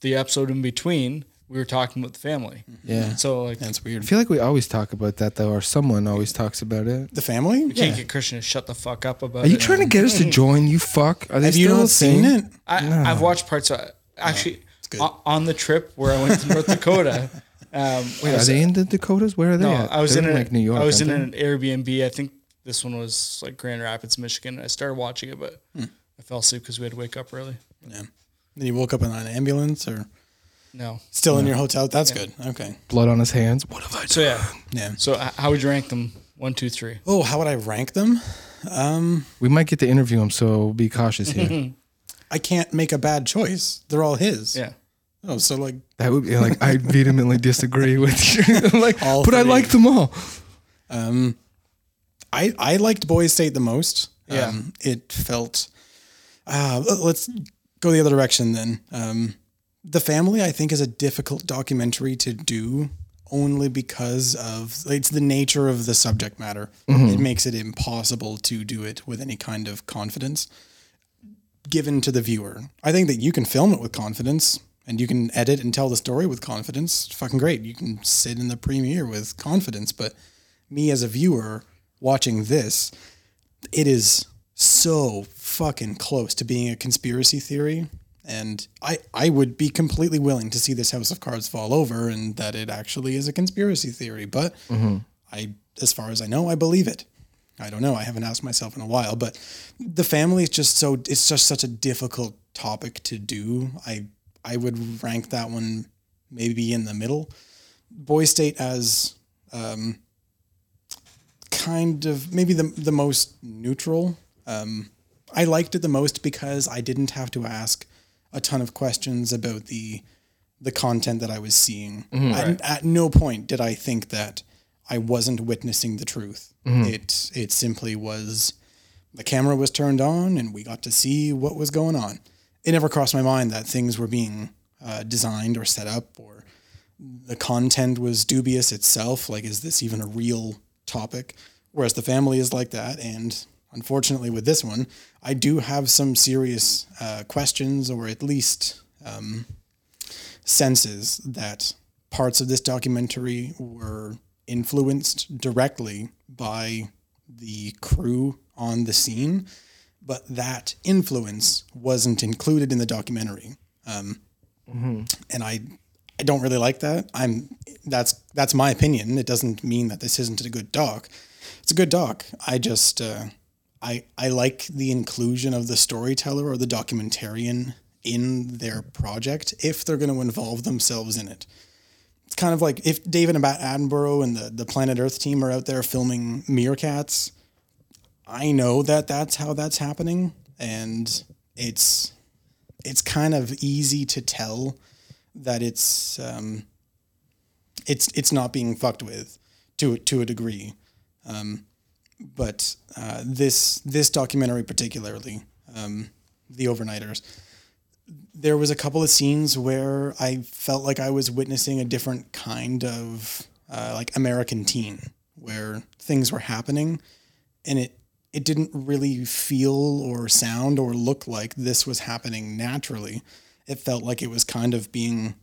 the episode in between we were talking with the family.
Yeah.
So like,
That's
I
weird.
feel like we always talk about that though, or someone always talks about it.
The family?
you can't get Christian to shut the fuck up about.
Are you
it.
trying to get us to join? You fuck. Are they
Have you
still
not seen it?
I, I've watched parts. Of, actually,
good.
o- on the trip where I went to North Dakota, um,
Wait, are they in the Dakotas? Where are they?
no,
at?
I was
They're
in,
like New York.
I was in
aren't
an Airbnb. I think this one was like Grand Rapids, Michigan. I started watching it, but
Hmm.
I fell asleep because we had to wake up early.
Then you woke up in an ambulance or
No,
still in your hotel? That's good. Okay.
they? blood on his hands. What have I done?
so yeah.
Yeah.
So h- how would you rank them? One, two, three.
Oh, how would I rank them?
We might get to interview him, so be cautious here.
I can't make a bad choice. They're all his.
Yeah.
Oh, so like
that would be like I vehemently disagree with you. like,
All
but I
three.
like them all.
I I liked Boys State the most.
Yeah.
Um, it felt. Uh, l- let's go the other direction then. Um, the Family, I think, is a difficult documentary to do only because of it's the nature of the subject matter. It makes it impossible to do it with any kind of confidence given to the viewer. I think that you can film it with confidence and you can edit and tell the story with confidence. Fucking great. You can sit in the premiere with confidence, but me as a viewer watching this, it is so fucking close to being a conspiracy theory. And I, I would be completely willing to see this House of Cards fall over and that it actually is a conspiracy theory. But I, as far as I know, I believe it. I don't know. I haven't asked myself in a while, but the family is just so, it's just such a difficult topic to do. I, I would rank that one maybe in the middle. Boy State as kind of maybe the the most neutral. Um, I liked it the most because I didn't have to ask a ton of questions about the the content that I was seeing. At- At no point did I think that I wasn't witnessing the truth. It it simply was the camera was turned on and we got to see what was going on. It never crossed my mind that things were being uh, designed or set up or the content was dubious itself. Like, is this even a real topic? Whereas the family is like that. And unfortunately, with this one, I do have some serious uh, questions or at least um, senses that parts of this documentary were influenced directly by the crew on the scene. But that influence wasn't included in the documentary and I I don't really like that. I'm that's that's my opinion. It doesn't mean that this isn't a good doc. It's a good doc. I just uh, I I like the inclusion of the storyteller or the documentarian in their project if they're going to involve themselves in it. It's kind of like if David and Matt Attenborough and the the Planet Earth team are out there filming meerkats. I know that that's how that's happening, and it's it's kind of easy to tell that it's um, it's it's not being fucked with to to a degree, um, but uh, this this documentary particularly, um, the overnighters, there was a couple of scenes where I felt like I was witnessing a different kind of uh, like American teen, where things were happening, and it it didn't really feel or sound or look like this was happening naturally. It felt like it was kind of being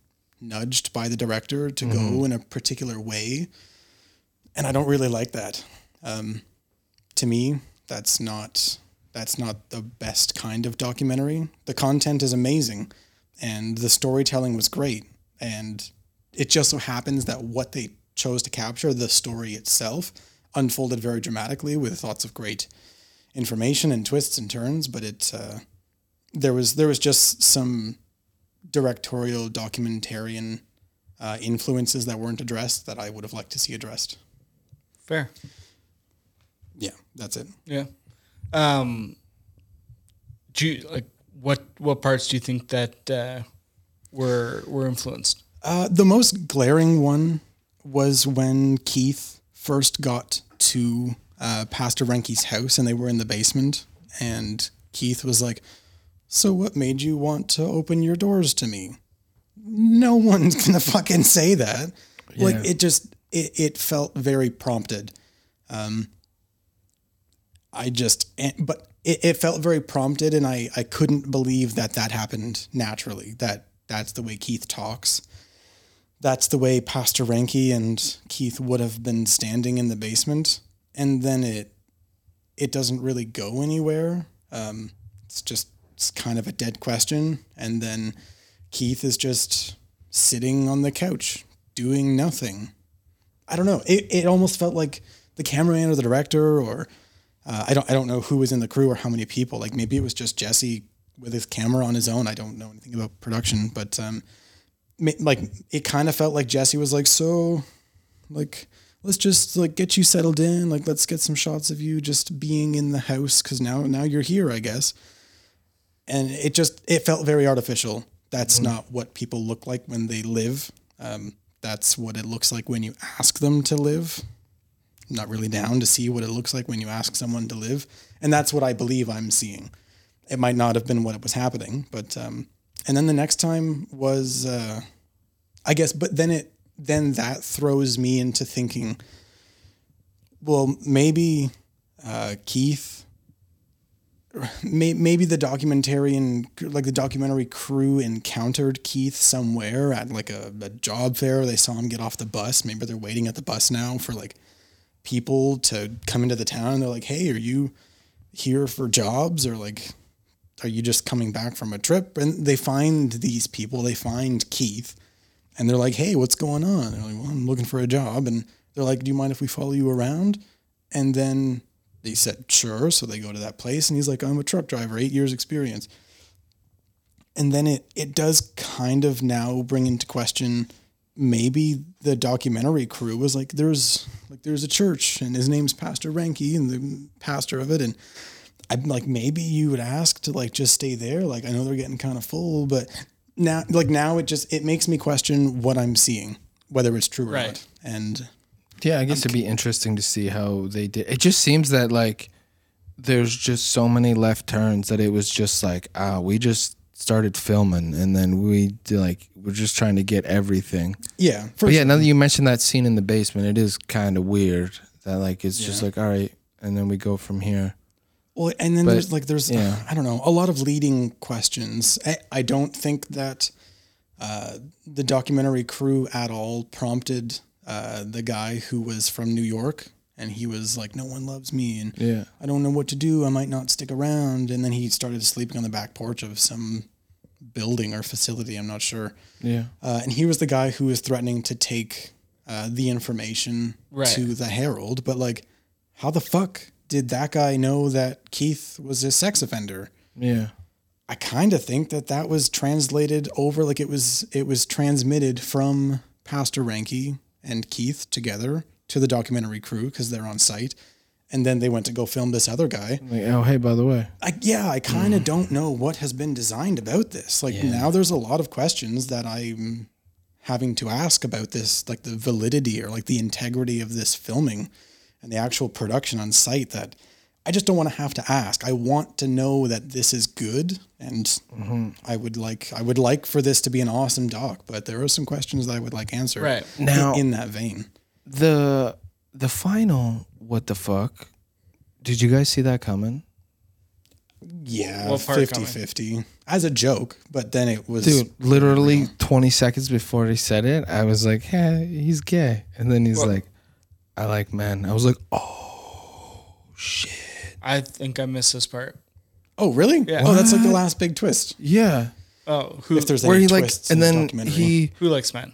nudged by the director to go in a particular way, and I don't really like that. Um, to me, that's not that's not the best kind of documentary. The content is amazing, and the storytelling was great, and it just so happens that what they chose to capture, the story itself, unfolded very dramatically with lots of great information and twists and turns. But it uh, there was there was just some directorial documentarian uh, influences that weren't addressed that I would have liked to see addressed.
Fair.
Yeah, that's it.
Yeah. Um. Do you, like what what parts do you think that uh, were were influenced?
Uh, the most glaring one was when Keith first got to uh, Pastor Renke's house and they were in the basement. And Keith was like, So what made you want to open your doors to me? No one's going to fucking say that. Like,
Yeah.
it just, it, it felt very prompted. Um, I just, and, but it, it felt very prompted, and I, I couldn't believe that that happened naturally. That that's the way Keith talks. that's the way Pastor Ranke and Keith would have been standing in the basement, and then it it doesn't really go anywhere. Um, it's just it's kind of a dead question, and then Keith is just sitting on the couch doing nothing. I don't know. It it almost felt like the cameraman or the director or uh, I don't I don't know who was in the crew or how many people. Like maybe it was just Jesse with his camera on his own. I don't know anything about production, but um, ma- like it kind of felt like Jesse was like, so, like let's just like get you settled in. Like let's get some shots of you just being in the house because now now you're here, I guess. And it just it felt very artificial. That's not what people look like when they live. Um, that's what it looks like when you ask them to live not really down to see what it looks like when you ask someone to live. And that's what I believe I'm seeing. It might not have been what was happening, but um, and then the next time was, uh, I guess, but then it then that throws me into thinking, well, maybe uh, Keith, may, maybe the documentarian, like the documentary crew, encountered Keith somewhere at like a, a job fair. They saw him get off the bus. Maybe they're waiting at the bus now for like people to come into the town and they're like, "Hey, are you here for jobs or like are you just coming back from a trip?" And they find these people, they find Keith, and they're like, "Hey, what's going on?" They're like, "Well, I'm looking for a job." And they're like, "Do you mind if we follow you around?" And then they said, "Sure." So they go to that place and he's like, "I'm a truck driver, 8 years experience." and then it it does kind of now bring into question maybe the documentary crew was like there's like there's a church and his name's Pastor Ranke and the pastor of it and I'm like maybe you would ask to like just stay there like I know they're getting kind of full but now like now it just it makes me question what I'm seeing whether it's true or
Right.
not and
Yeah, I guess it'd be interesting to see how they did. It just seems that like there's just so many left turns that it was just like ah, we just started filming and then we did, like we're just trying to get everything.
yeah
But
first
yeah, now that you mentioned that scene in the basement, it is kind of weird that like it's just like all right, and then we go from here.
Well, and then there's like there's
yeah.
I don't know a lot of leading questions. I, I don't think that uh, the documentary crew at all prompted uh, the guy who was from New York, and he was like, "No one loves me," and
Yeah.
I don't know what to do. I might not stick around. And then he started sleeping on the back porch of some building or facility. I'm not sure.
Yeah.
Uh, and he was the guy who was threatening to take uh, the information
Right.
to the Herald. But like, how the fuck did that guy know that Keith was a sex offender?
Yeah.
I kind of think that that was translated over, like it was it was transmitted from Pastor Ranke and Keith together to the documentary crew because they're on site, and then they went to go film this other guy.
Like oh hey, by the way,
I, yeah, I
Mm-hmm.
kind of don't know what has been designed about this. Like now, there's a lot of questions that I'm having to ask about this, like the validity or like the integrity of this filming and the actual production on site. That I just don't want to have to ask. I want to know that this is good, and
Mm-hmm.
I would like I would like for this to be an awesome doc. But there are some questions that I would like answered
Right.
in-
Now-
in, that vein.
the the final what the fuck? Did you guys see that coming?
Yeah,
What part
50 50 as a joke, but then it was
Dude, literally 20 seconds before he said it, I was like, hey, he's gay. And then he's like, I like men. I was like, oh,
I think I missed this part.
Oh, really?
Yeah.
Oh, that's like the last big twist.
yeah.
Oh, who
If there's
Where
any
he like,
twists
and
in this
then
documentary.
he,
who likes men?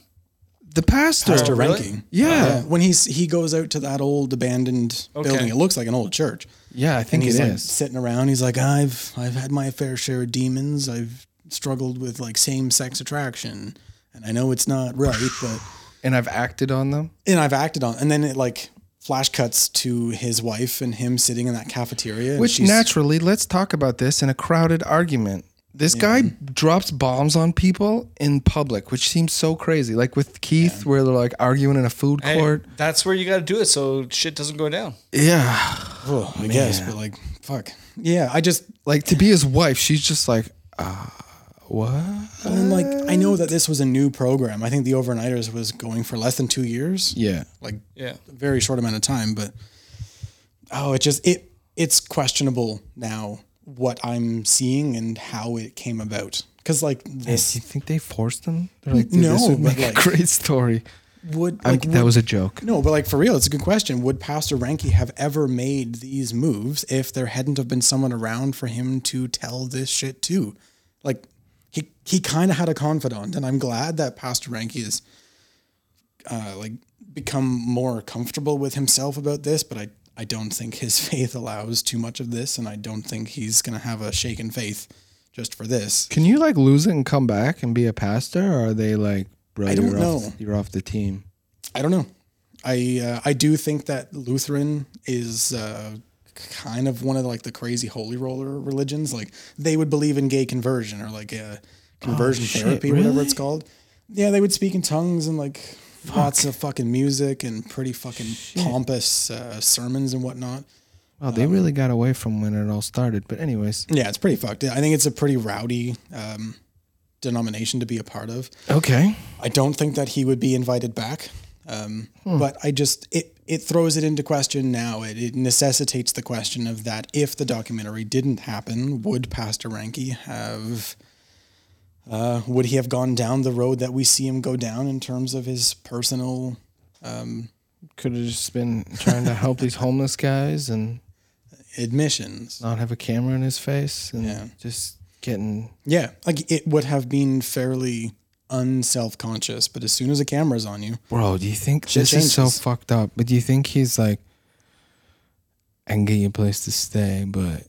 the pastor.
Pastor
really?
Ranking.
Yeah.
Yeah, when he's he goes out to that old abandoned
Okay.
building, it looks like an old church.
Yeah, I
And
think it
he's
is.
like sitting around. He's like, I've I've had my fair share of demons. I've struggled with like same sex attraction, and I know it's not right, but
and I've acted on them.
and I've acted on. And then it like flash cuts to his wife and him sitting in that cafeteria, and
Which
she's-
naturally, let's talk about this in a crowded argument. This guy drops bombs on people in public, which seems so crazy. Like with Keith, where they're like arguing in a food
Hey,
court.
that's where you got to do it so shit doesn't go down.
Yeah.
Oh, I guess, but like fuck, yeah. I just
like to be his wife, she's just like, uh, what?
and like I know that this was a new program. I think the overnighters was going for less than two years.
Yeah.
Like
Yeah.
very short amount of time, but oh, it just it it's questionable now what I'm seeing and how it came about because like this
Do you think they forced them? They're like, dude,
No,
this would
but
make a
like-
great story.
would
I'm,
like,
that
would-
was a joke.
no, but like for real, it's a good question. Would Pastor Ranky have ever made these moves if there hadn't have been someone around for him to tell this shit to? Like he he kind of had a confidant, and I'm glad that Pastor Ranky is uh, like become more comfortable with himself about this. But I I don't think his faith allows too much of this, and I don't think he's gonna have a shaken faith just for this.
Can you like lose it and come back and be a pastor? Or are they like, bro,
don't
you're,
know.
Off, you're off the team?
I don't know. I uh, I do think that Lutheran is uh, kind of one of like the crazy holy roller religions. Like they would believe in gay conversion or like uh, conversion therapy, whatever it's called. Yeah, they would speak in tongues and like lots of fucking music and pretty fucking pompous uh, sermons and whatnot.
Wow,
Um,
they really got away from when it all started. But, anyways.
Yeah, it's pretty fucked. I think it's a pretty rowdy um, denomination to be a part of.
Okay.
I don't think that he would be invited back. Um,
Hmm.
But I just it it throws it into question now. It, it necessitates the question of that if the documentary didn't happen, would Pastor Ranke have? Uh, would he have gone down the road that we see him go down in terms of his personal?
Could have just been trying to help these homeless guys and
admissions.
not have a camera in his face and
Yeah.
just getting.
Yeah, like it would have been fairly unself-conscious, but as soon as a camera's on you,
Bro, do you think
Shit
this is so
changes.
fucked up? But do you think he's like, I can get you a place to stay, but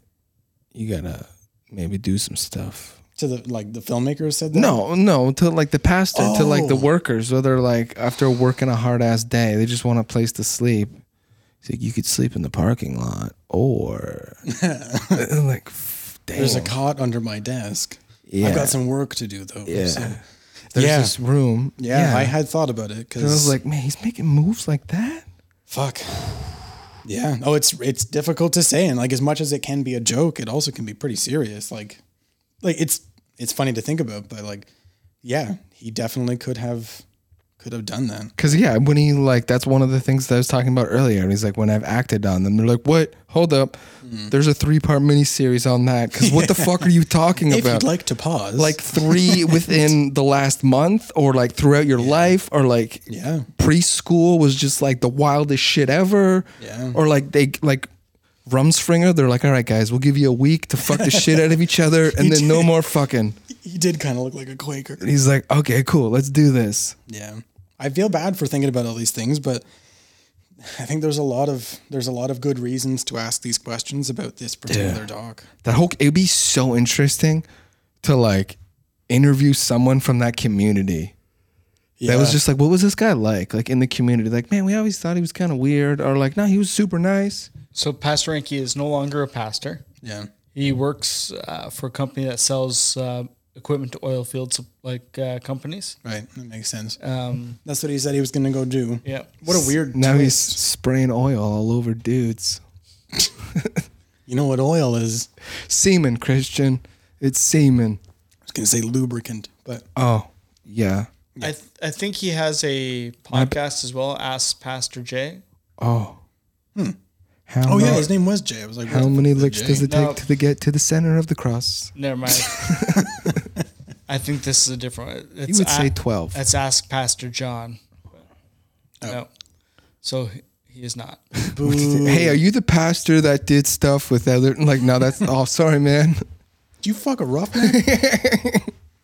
you gotta maybe do some stuff.
to the like the filmmaker said that.
No, no, to like the pastor, to like the
Oh.
workers, whether like after working a hard ass day, they just want a place to sleep. He's like, you could sleep in the parking lot, or I'm like, "F- damn,
there's a cot under my desk.
Yeah.
I've got some work to do though.
yeah.
so-
There's
Yeah.
this room.
Yeah, I had thought about it because
And I was like, man, he's making moves like that.
fuck. Yeah. Oh, it's it's difficult to say, and like as much as it can be a joke, it also can be pretty serious. Like, like it's it's funny to think about, but like, yeah, he definitely could have could have done that.
Cause yeah, when he like that's one of the things that I was talking about earlier. And he's like, when I've acted on them, they're like, what? Hold up,
Mm-hmm.
there's a three part miniseries on that. Cause what the fuck are you talking
If
about?
you'd like to pause,
like three within the last month, or like throughout your life, or like
yeah,
preschool was just like the wildest shit ever.
Yeah.
Or like they like Rumspringer, they're like, all right, guys, we'll give you a week to fuck the shit out of each other, and then no more fucking.
he did kind of look like a Quaker.
And he's like, okay, cool, let's do this.
Yeah. I feel bad for thinking about all these things, but I think there's a lot of there's a lot of good reasons to ask these questions about this particular doc.
That whole it would be so interesting to like interview someone from that community. That was
Yeah.
just like, what was this guy like? Like in the community, like, man, we always thought he was kind of weird, or like, no, he was super nice.
So Pastor Ranky is no longer a pastor.
Yeah.
He works uh, for a company that sells uh, equipment to oil fields, like uh, companies.
Right. That makes sense.
Uh,
Um, That's what he said he was going to go do.
Yeah.
What a weird.
Now he's
twist.
spraying oil all over dudes.
You know what oil is?
Semen, Christian. It's semen.
I was going to say lubricant, but
Oh, yeah.
I th- I think he has a podcast as well. Ask Pastor Jay.
Oh. Hmm. How,
oh yeah,
mu-
his name was Jay. I was like,
how
what the
many
fuck is
licks
Jay?
does it
No.
take to the get to the center of the cross?
Never mind. I think this is a different one. It's
would say
a-
12.
That's Ask Pastor John.
Oh.
No. So he- he is not.
Hey, are you the pastor that did stuff with other? Like, no, that's oh, sorry, man.
Do you fuck a roughneck?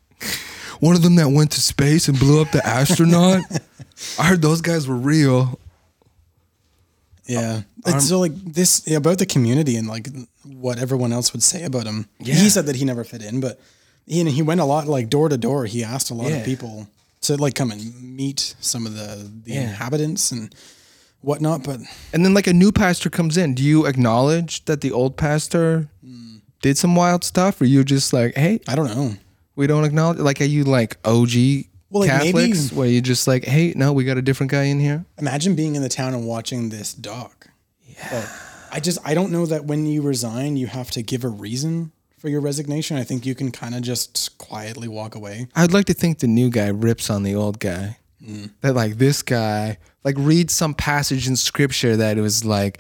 One of them that went to space and blew up the astronaut. I heard those guys were real.
yeah. It's so like this about the community and like what everyone else would say about him. He said that he never fit in, but he he went a lot like door to door. He asked a lot
Yeah.
of people to like come and meet some of the the inhabitants and whatnot. But
And then like a new pastor comes in. Do you acknowledge that the old pastor did some wild stuff, or you just like, hey,
I don't know.
we don't acknowledge? Like, are you like OG
Well, like,
Catholics,
maybe-
where you just like, hey, no, we got a different guy in here?
imagine being in the town and watching this doc. Yeah. I just I don't know that when you resign you have to give a reason for your resignation. I think you can kind of just quietly walk away.
I'd like to think the new guy rips on the old guy.
Mm.
That like this guy like read some passage in scripture that it was like,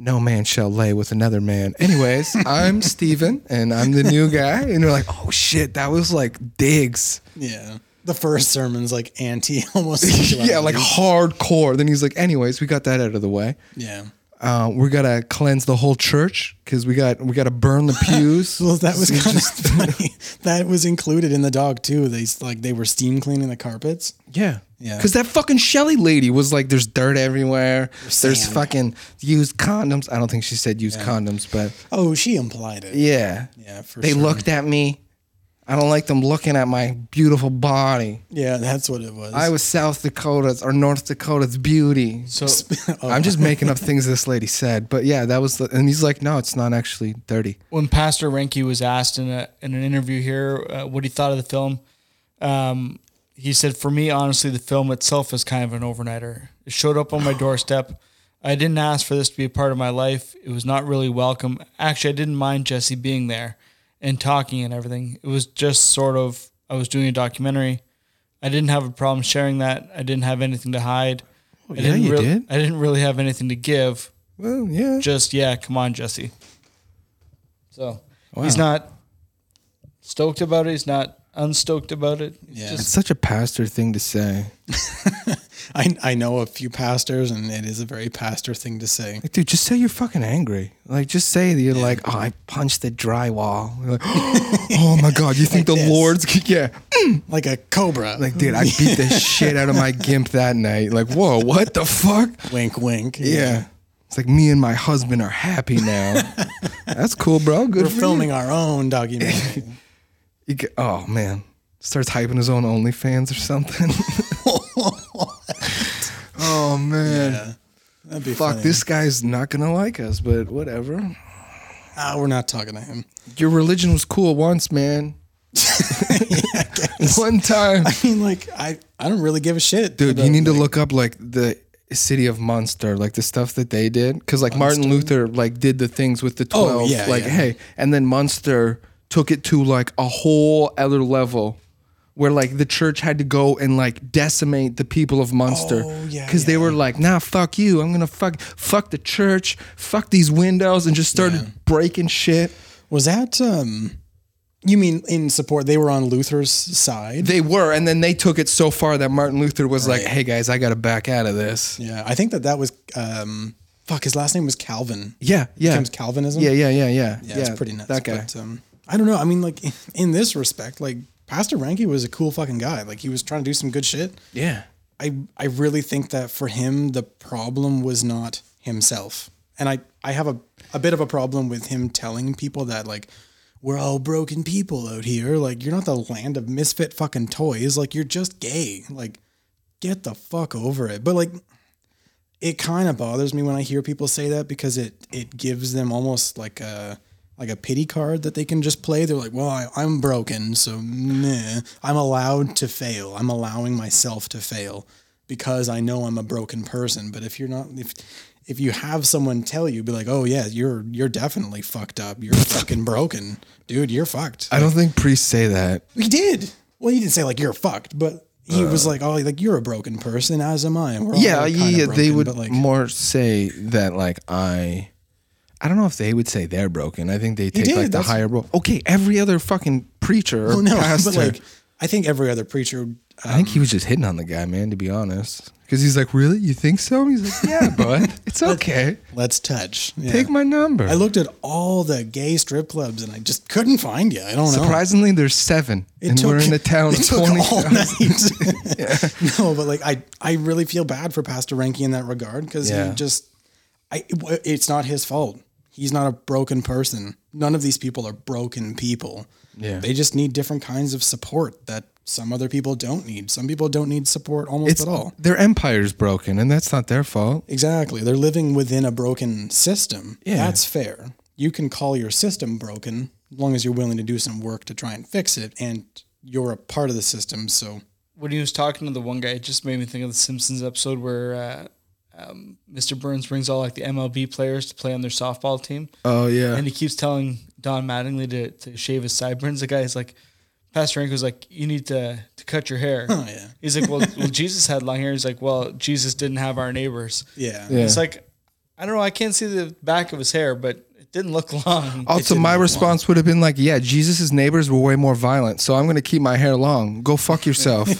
no man shall lay with another man. Anyways, I'm Steven and I'm the new guy. And they're like, oh shit, that was like digs.
Yeah. The first sermon's like anti almost. sexuality.
Yeah, like hardcore. Then he's like, anyways, we got that out of the way.
yeah.
Uh, we gotta cleanse the whole church because we got we gotta burn the pews.
Well, that was kind of funny. That was included in the dog too. They s- like they were steam cleaning the carpets.
Yeah.
Yeah.
Because that fucking Shelly lady was like, there's dirt everywhere. There's
sand.
fucking used condoms. I don't think she said used condoms, but
Oh, she implied it.
yeah.
Yeah, for
they
sure.
looked at me. I don't like them looking at my beautiful body.
Yeah, that's what it was.
I was South Dakota's or North Dakota's beauty. So
oh.
I'm just making up things this lady said. But yeah, that was the, and he's like, no, it's not actually dirty.
when Pastor Renke was asked in, a, in an interview here uh, what he thought of the film, um, he said, For me, honestly, the film itself is kind of an overnighter. It showed up on my doorstep. I didn't ask for this to be a part of my life. It was not really welcome. Actually, I didn't mind Jesse being there and talking and everything. It was just sort of, I was doing a documentary. I didn't have a problem sharing that. I didn't have anything to hide. I
Oh, yeah,
didn't
you
real-
did.
I didn't really have anything to give
Well, yeah.
just yeah, come on, Jesse. So he's not stoked about it. He's not unstoked about it.
yeah.
It's such a pastor thing to say.
I I know a few pastors, and it is a very pastor thing to say.
Like, dude, just say you're fucking angry. Like, just say that you're like, oh, I punched the drywall. You're like, oh my god, you think the
this.
Lord's yeah?
Like a cobra.
Like, dude, I beat the shit out of my gimp that night. Like, whoa, what the fuck?
wink, wink.
Yeah, it's like me and my husband are happy now. That's cool, bro. Good
We're
for
filming
You.
our own documentary.
You get- oh man, starts hyping his own OnlyFans or something. oh man.
That'd be
Fuck,
funny.
this guy's not gonna like us, but whatever.
Ah, we're not talking to him.
Your religion was cool once, man. One time.
I mean, like I I don't really give a shit,
Dude, you
about-
need to look up like the city of Munster, like the stuff that they did. Cause like Martin Luther like did the things with the 12.
Oh, yeah,
like,
yeah.
hey, and then Munster took it to like a whole other level where like the church had to go and like decimate the people of Munster.
Oh, yeah,
Cause they
yeah.
were like, nah, fuck you. I'm gonna fuck fuck the church, fuck these windows, and just started breaking shit.
Was that um? You mean in support? They were on Luther's side.
They were, and then they took it so far that Martin Luther was like, "Hey guys, I got to back out of this."
Yeah, I think that that was um, fuck. His last name was Calvin.
Yeah, yeah.
becomes Calvinism.
Yeah, yeah, yeah, yeah.
yeah, it's pretty nuts.
That guy.
But, um, I don't know. I mean, like in, in this respect, like Pastor Ranky was a cool fucking guy. Like he was trying to do some good shit.
yeah.
I I really think that for him the problem was not himself, and I I have a a bit of a problem with him telling people that like. We're all broken people out here. Like, you're not the land of misfit fucking toys. Like, you're just gay. Like, get the fuck over it. But like it kind of bothers me when I hear people say that because it it gives them almost like a like a pity card that they can just play. They're like, well, I, I'm broken, so meh. I'm allowed to fail. I'm allowing myself to fail because I know I'm a broken person. But if you're not, if if you have someone tell you, be like, oh yeah, you're you're definitely fucked up. You're fucking broken, dude. You're fucked.
I don't think priests say that.
He did. Well, he didn't say like you're fucked, but he was like, oh, like you're a broken person, as am I. We're all
Uh. Yeah,
kinda
yeah. yeah, they
broken,
would
but, like,
more say that like I. I don't know if they would say they're broken. I think they take
did,
like the
that's-
higher role. Okay, every other fucking preacher or
well, no,
pastor.
but like um, I think every other preacher. uh,
I think he was just hitting on the guy, man. To be honest, because he's like, "Really? You think so?" He's like, "Yeah, bud. It's okay.
Let's touch. Yeah.
Take my number."
I looked at all the gay strip clubs and I just couldn't find you. I don't know.
Surprisingly, there's seven,
It
and we're in a town
it
of
took
twenty.
all night. No, but like I, I really feel bad for Pastor Ranky in that regard because
Yeah.
he just, I, it's not his fault. He's not a broken person. None of these people are broken people.
Yeah.
they just need different kinds of support that some other people don't need. Some people don't need support almost
It's
at all.
Their empire's broken, and that's not their fault.
Exactly. They're living within a broken system.
Yeah.
That's fair. You can call your system broken as long as you're willing to do some work to try and fix it and you're a part of the system. So
When he was talking to the one guy, it just made me think of the Simpsons episode where uh, um, Mr. Burns brings all like the MLB players to play on their softball team,
Uh.
Oh yeah,
and he keeps telling Don Mattingly to, to shave his sideburns. The guy's like, Pastor Rank was like, "You need to to cut your hair."
oh yeah.
He's like, well, well, Jesus had long hair. He's like, well, Jesus didn't have our neighbors.
Yeah.
Yeah.
It's like, I don't know. I can't see the back of his hair, but it didn't look long.
Also, my response would have been like, "Yeah, Jesus' neighbors were way more violent, so I'm going to keep my hair long. Go fuck yourself."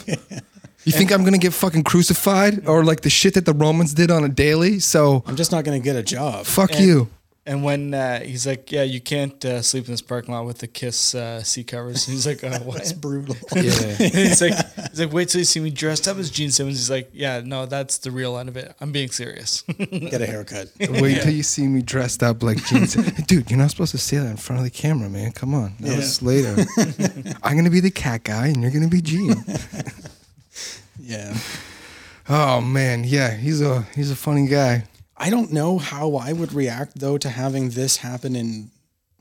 you think I'm going to get fucking crucified or like the shit that the Romans did on a daily? So
I'm just not going to get a job.
fuck you.
And when uh, he's like, "Yeah, you can't uh, sleep in this parking lot with the Kiss uh, seat covers," he's like, "Oh, what?"
Brutal.
he's like, "He's like, wait till you see me dressed up as Gene Simmons." He's like, "Yeah, no, that's the real end of it. I'm being serious."
Get a haircut.
Wait till you see me dressed up like jeans. Dude, you're not supposed to say that in front of the camera, man. Come on. That was later. I'm going to be the cat guy and you're going to be Gene.
Yeah.
oh, man. Yeah, he's a he's a funny guy.
I don't know how I would react though to having this happen in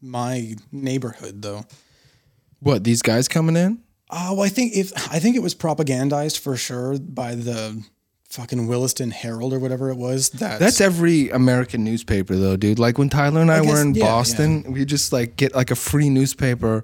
my neighborhood though.
What, these guys coming in?
Oh, I think if I think it was propagandized for sure by the fucking Williston Herald or whatever it was. That
That's every American newspaper, though, dude. Like when Tyler and I,
guess-
were in
yeah, yeah.
Boston, we just like get like a free newspaper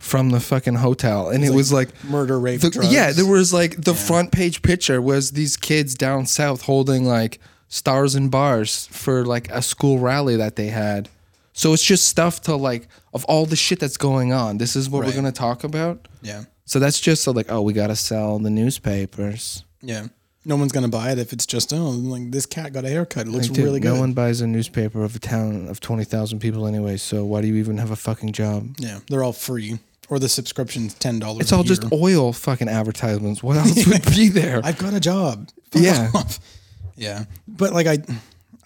from the fucking hotel, and it was like,
murder, rape,
the-
drugs.
yeah. There was like the front page picture was these kids down south holding like stars and bars for like a school rally that they had. So it's just stuff to like of all the shit that's going on. This is what we're gonna talk about.
yeah,
So that's just uh, like, oh, we gotta sell the newspapers.
yeah. No one's gonna buy it if it's just oh, like this cat got a haircut. It looks
Dude,
really
no
good.
one buys a newspaper of a town of 20,000 people anyway, so why do you even have a fucking job?
yeah, they're all free or the subscription's ten dollars.
It's all just oil fucking advertisements. What else would be there?
I've got a job.
Yeah.
yeah. But like I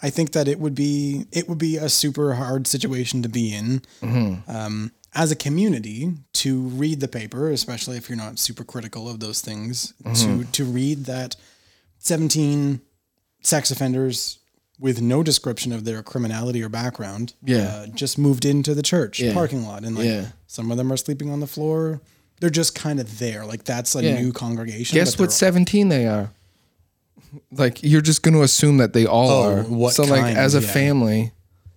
I think that it would be it would be a super hard situation to be in.
Mm-hmm.
Um as a community to read the paper, especially if you're not super critical of those things,
Mm-hmm.
to to read that 17 sex offenders with no description of their criminality or background uh,
Yeah.
just moved into the church parking lot and like
Yeah.
some of them are sleeping on the floor. They're just kind of there. Like that's a
Yeah.
new congregation.
Guess
but
what 17 they are? Like, you're just going to assume that they all
Oh,
are.
what
so, like,
kind,
as a
yeah.
family,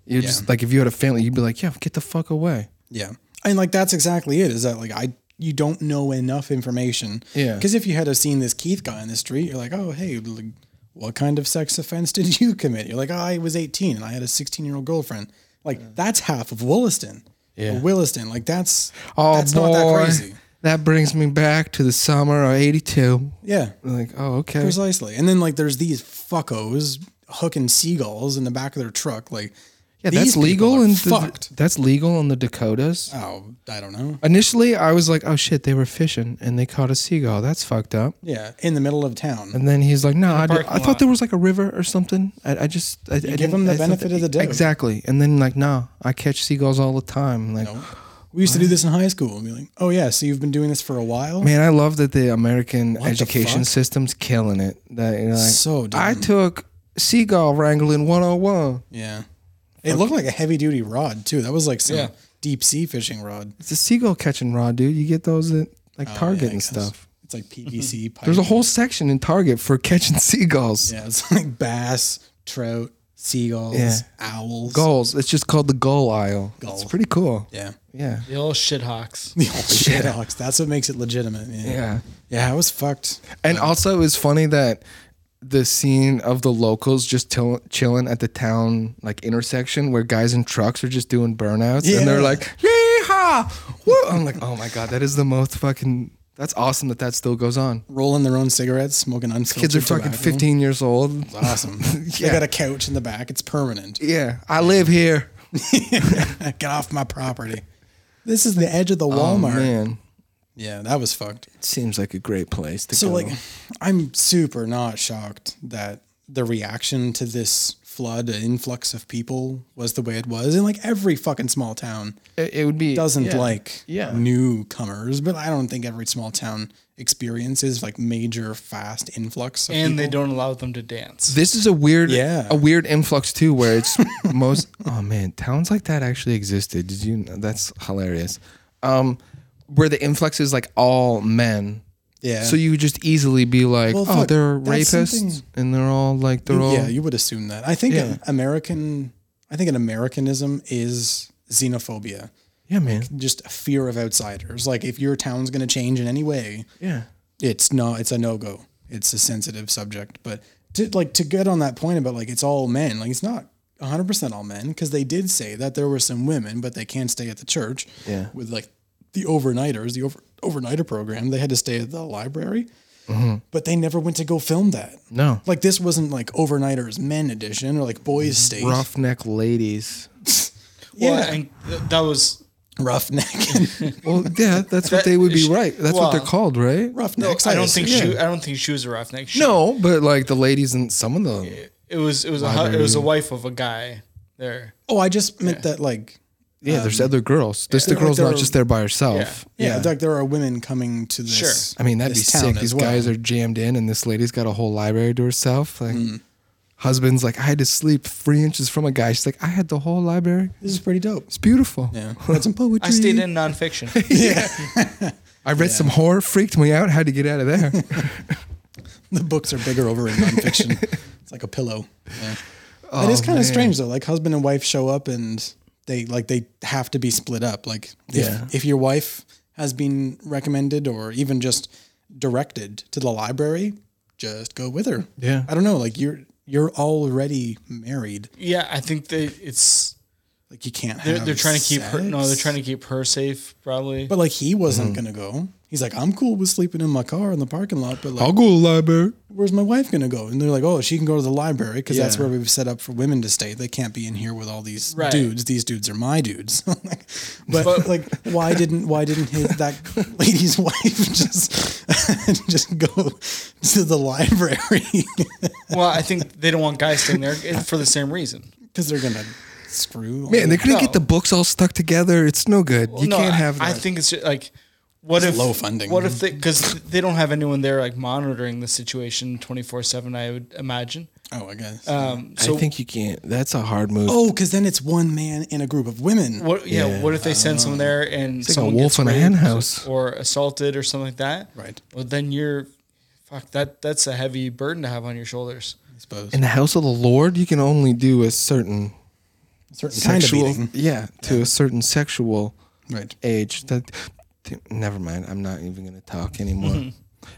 you're just like, if you had a family, you'd be like, yeah, get the fuck away.
Yeah. And like that's exactly it. Is that like I you don't know enough information.
Yeah.
Because if you had have seen this Keith guy in the street, you're like, oh hey, like, what kind of sex offense did you commit? You're like, oh, I was 18 and I had a 16 year old girlfriend. Like that's half of Williston. Yeah. Williston. Like that's
Oh,
that's
boy.
not that crazy.
That brings me back to the summer of 82.
Yeah.
Like, oh, okay.
Precisely. And then like there's these fuckos hooking seagulls in the back of their truck. Like
yeah,
these
that's
people
legal
are
in
fucked.
the, that's legal in the Dakotas.
oh, I don't know.
Initially, I was like, "Oh shit, they were fishing and they caught a seagull. That's fucked up."
Yeah. In the middle of town.
And then he's like, "No, I, did-
parking
I thought
lot.
there was like a river or something. I, I just I, I didn't-
him the
I thought
benefit of the doubt.
Exactly. And then like, no, I catch seagulls all the time. Like,
We used to do this in high school and be like, oh yeah, so you've been doing this for a while?
man, I love that the American
the
education
fuck?
system's killing it. That you're like,
So dumb.
I took seagull wrangling 101.
Yeah. It looked like a heavy duty rod too. That was like some deep sea fishing rod.
It's a seagull catching rod, dude. You get those at like Target
Oh, Yeah, I
and
guess.
stuff.
It's like PVC pipe.
Mm-hmm. There's a whole section in Target for catching seagulls.
Yeah, it's like bass, trout, seagulls,
Yeah.
owls.
Gulls. It's just called the gull aisle. It's
Gull.
pretty cool.
Yeah.
Yeah.
the old shithawks.
The old shit hawks. That's what makes it legitimate. Yeah.
Yeah.
Yeah, I was fucked.
And also, it was funny that the scene of the locals just till chilling at the town like intersection where guys in trucks are just doing burnouts and they're
Yeah.
like, "Yeehaw!" Woo! I'm like, "Oh my god, that is the most fucking." That's awesome that that still goes on.
Rolling their own cigarettes, smoking unfiltered
Kids are fucking
tobacco.
15 years old.
Awesome. They got a couch in the back. It's permanent.
Yeah, I live here.
Get off my property. This is the edge of the
Oh
Walmart.
man,
yeah, that was fucked.
it seems like a great place to
So
go.
like I'm super not shocked that the reaction to this flood and influx of people was the way it was in like every fucking small town
it, it would be
doesn't
yeah.
like
Yeah.
newcomers but I don't think every small town experiences like major fast influx of
And they
people.
don't allow them to dance.
This is a weird,
Yeah.
a weird influx too, where it's most. Oh man, towns like that actually existed. Did you? That's hilarious. Um, where the influx is like all men.
yeah
So you would just easily be like,
Well,
oh,
fuck,
they're
that's
rapists,
something-
and they're all like, they're all.
yeah you would assume that I think
Yeah.
an American I think an Americanism is xenophobia
yeah, man.
just a fear of outsiders like if your town's going to change in any way
Yeah,
it's no it's a no-go it's a sensitive subject but to like to get on that point about like it's all men like it's not 100% all men because they did say that there were some women, but they can't stay at the church.
Yeah.
With like the overnighters, the over, overnighter program, they had to stay at the library,
Mm-hmm.
but they never went to go film that.
No.
Like this wasn't like overnighters men edition or like boys
Mm-hmm.
state.
Roughneck ladies.
Well,
Yeah.
and th- that was
Roughneck.
Well, yeah, that's what they would be right. That's what they're
well-
called, right?
Roughnecks.
I don't think
assume.
she I don't think she was a roughneck. She,
No, but like the ladies and some of the
it was it was a hu- it was a wife of a guy there.
Oh, I just meant that like
yeah, there's other girls. There's the girl's not
Um, they're-
just there by herself.
yeah, like there are women coming to this.
Sure.
I mean, that'd be
this town
sick.
as
These
well.
guys are jammed in, and this lady's got a whole library to herself. Like,
Mm.
husband's like, I had to sleep three inches from a guy. She's like, I had the whole library.
This is pretty dope.
It's beautiful.
Yeah, read some poetry.
I stayed in nonfiction.
I read some horror, freaked me out. Had to get out of there.
The books are bigger over in nonfiction. it's like a pillow. Yeah.
Oh,
Oh,
it is kind of strange though. Like husband and wife show up and they like they have to be split up. Like if,
Yeah.
if your wife has been recommended or even just directed to the library, just go with her.
Yeah.
I don't know. Like you're you're already married.
yeah, I think they it's
Like you can't.
they're,
have
they're trying to keep her no, they're
sex.
trying to Mm-hmm. keep her safe probably.
But like he wasn't gonna go. He's like, I'm cool with sleeping in my car in the parking lot, but like,
I'll go to the library.
where's my wife gonna go? And they're like, oh, she can go to the library because that's
Yeah.
where we've set up for women to stay. They can't be in here with all these
Right.
dudes. These dudes are my dudes. Like, but,
But-
like, why didn't why didn't his that lady's wife just just go to the library?
well, I think they don't want guys staying there eh, for the same reason.
Because they're gonna screw. all
Man, they're gonna
No.
get the books all stuck together. It's no good. you
No,
can't
I-
have. That.
I think it's ju- like what if
low funding.
What if they because they don't have anyone there like monitoring the situation twenty four seven? I would imagine.
oh, I guess.
Um, so
I think you can't. That's a hard move.
oh, because then it's one man in a group of women.
what? Yeah, What if they send someone there and
like a
someone
wolf
gets
in a
raped
hen house.
or assaulted or something like that?
Right.
Well, then you're fuck that. That's a heavy burden to have on your shoulders.
I suppose.
In the house of the Lord, you can only do a certain
Certain
sexual.
kind of eating.
yeah, to a certain sexual
Right.
age. That. th- Never mind. I'm not even gonna talk anymore.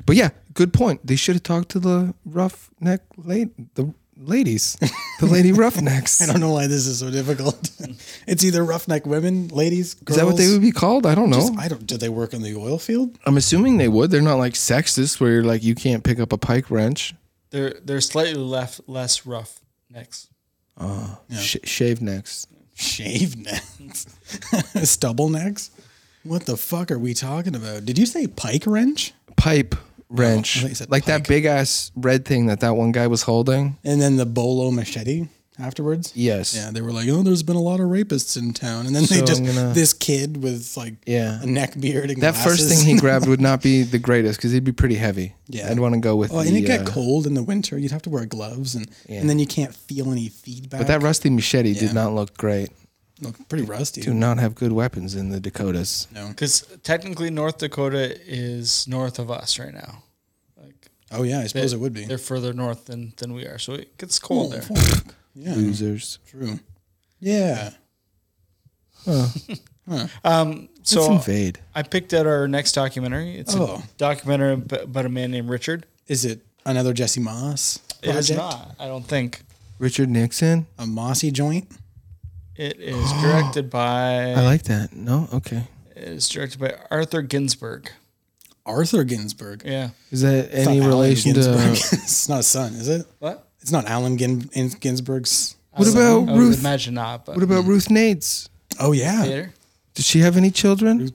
But yeah, good point. They should have talked to the roughneck lady, the ladies, the lady roughnecks.
I don't know why this is so difficult. it's either roughneck women, ladies,
Is
girls.
that what they would be called? I don't know.
I don't. Do they work in the oil field?
I'm assuming they would. They're not like sexist where you're like you can't pick up a pike wrench.
They're they're slightly left less rough necks.
Sh- shave necks.
Shave necks, stubble necks. What the fuck are we talking about? Did you say pike wrench?
Pipe wrench.
thought you said
like
pike.
that big ass red thing that that one guy was holding.
And then the bolo machete afterwards.
Yes.
Yeah, they were like, oh, there's been a lot of rapists in town, and then they
So
just
I'm gonna-
this kid with like
Yeah.
a neck beard and
That first thing
glasses.
he grabbed would not be the greatest because he'd be pretty heavy.
Yeah.
I'd want to go with.
Oh, and
the,
it got
uh,
cold in the winter. You'd have to wear gloves, and and then you can't feel any feedback.
But that rusty machete
Yeah.
did not look great.
looked pretty rusty.
Do not have good weapons in the Dakotas.
Because technically, North Dakota is north of us right now.
Oh yeah, I suppose it would be.
They're further north than than we are, so it gets cold there.
Fuck. Yeah.
Losers.
True. Yeah.
Let's
So
invade.
I picked out our next documentary. It's
Oh.
a documentary ab- about a man named Richard.
Is it another Jesse Moss?
It is
project?
not. I don't think
Richard Nixon.
a mossy joint.
it is directed by.
I like that. No. Okay.
it is directed by Arthur Ginsburg.
Arthur Ginsburg.
Yeah.
Is that
It's
any
not Allen
relation
Ginsberg.
to?
it's not a son, is it?
What?
It's not Alan Gin- Ginsburg's.
What about
I would
Ruth?
imagine not. But
What about Ruth Nades?
Oh yeah, Bader,
later?
Did she have any children?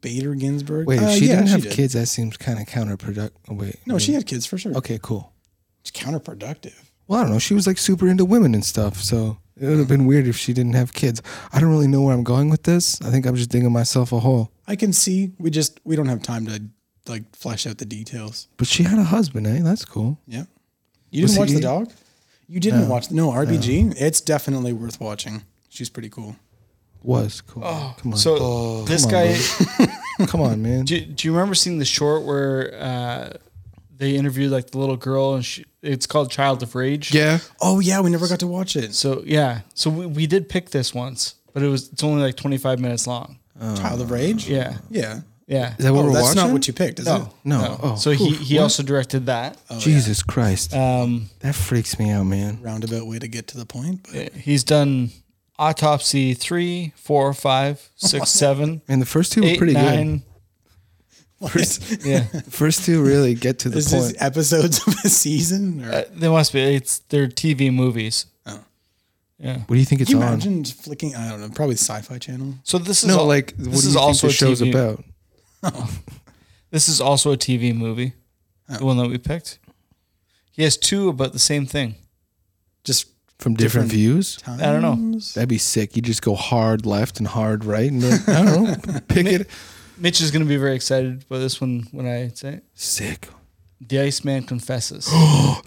Ginsburg.
Wait, if
Uh,
she
yeah,
didn't have
did.
kids, that seems kind of counterproductive. Oh, wait.
No, she had kids for sure.
Okay, cool.
It's counterproductive.
Well, I don't know. She was like super into women and stuff. So it would have been weird if she didn't have kids. I don't really know where I'm going with this. I think I'm just digging myself a hole.
I can see. We just we don't have time to like flesh out the details.
But she had a husband, eh? That's cool.
Yeah. You
Was
didn't watch
he-
the dog? You didn't watch no RBG. It's definitely worth watching. She's pretty cool.
Was cool.
Oh,
Oh come on.
So this guy.
come on, man.
Do, do you remember seeing the short where uh, they interviewed like the little girl and she? It's called Child of Rage.
yeah.
Oh yeah, we never got to watch it.
So yeah. So we, we
Uh,
did pick this once, but it was it's only like 25 minutes long.
Child of Rage.
Yeah.
Yeah.
Yeah.
Is that what
Oh,
we're
that's
watching?
not what you picked, is it?
No. Oh,
so he,
oof,
he
what?
also directed that.
oh,
Jesus Christ.
Um,
Oh, Uh, that freaks me out, man.
Roundabout way to get to the point. But
he's done Autopsy 3, 4, 5, 6, 7,
Man, the first two were
8,
pretty
9.
What?
Yeah.
good. First two really get to the
is
point.
this episodes of a season? Or
Uh, they must be. It's their TV movies.
what do you think it's
Can you
on?
imagine flicking? I don't know. Probably Sci-Fi Channel.
So this is
no,
al-
like what
this
do you
is
think
also
the show's
a TV,
about?
This is also a TV movie.
Oh.
The one that we picked. He has two about the same thing.
Just
From different,
Different-
views.
times.
I don't know.
That'd be sick. You just go hard left and hard right, and then, I don't know, pick it.
Mitch is going to be very excited by this one when I say it.
Sick.
The Iceman Confesses.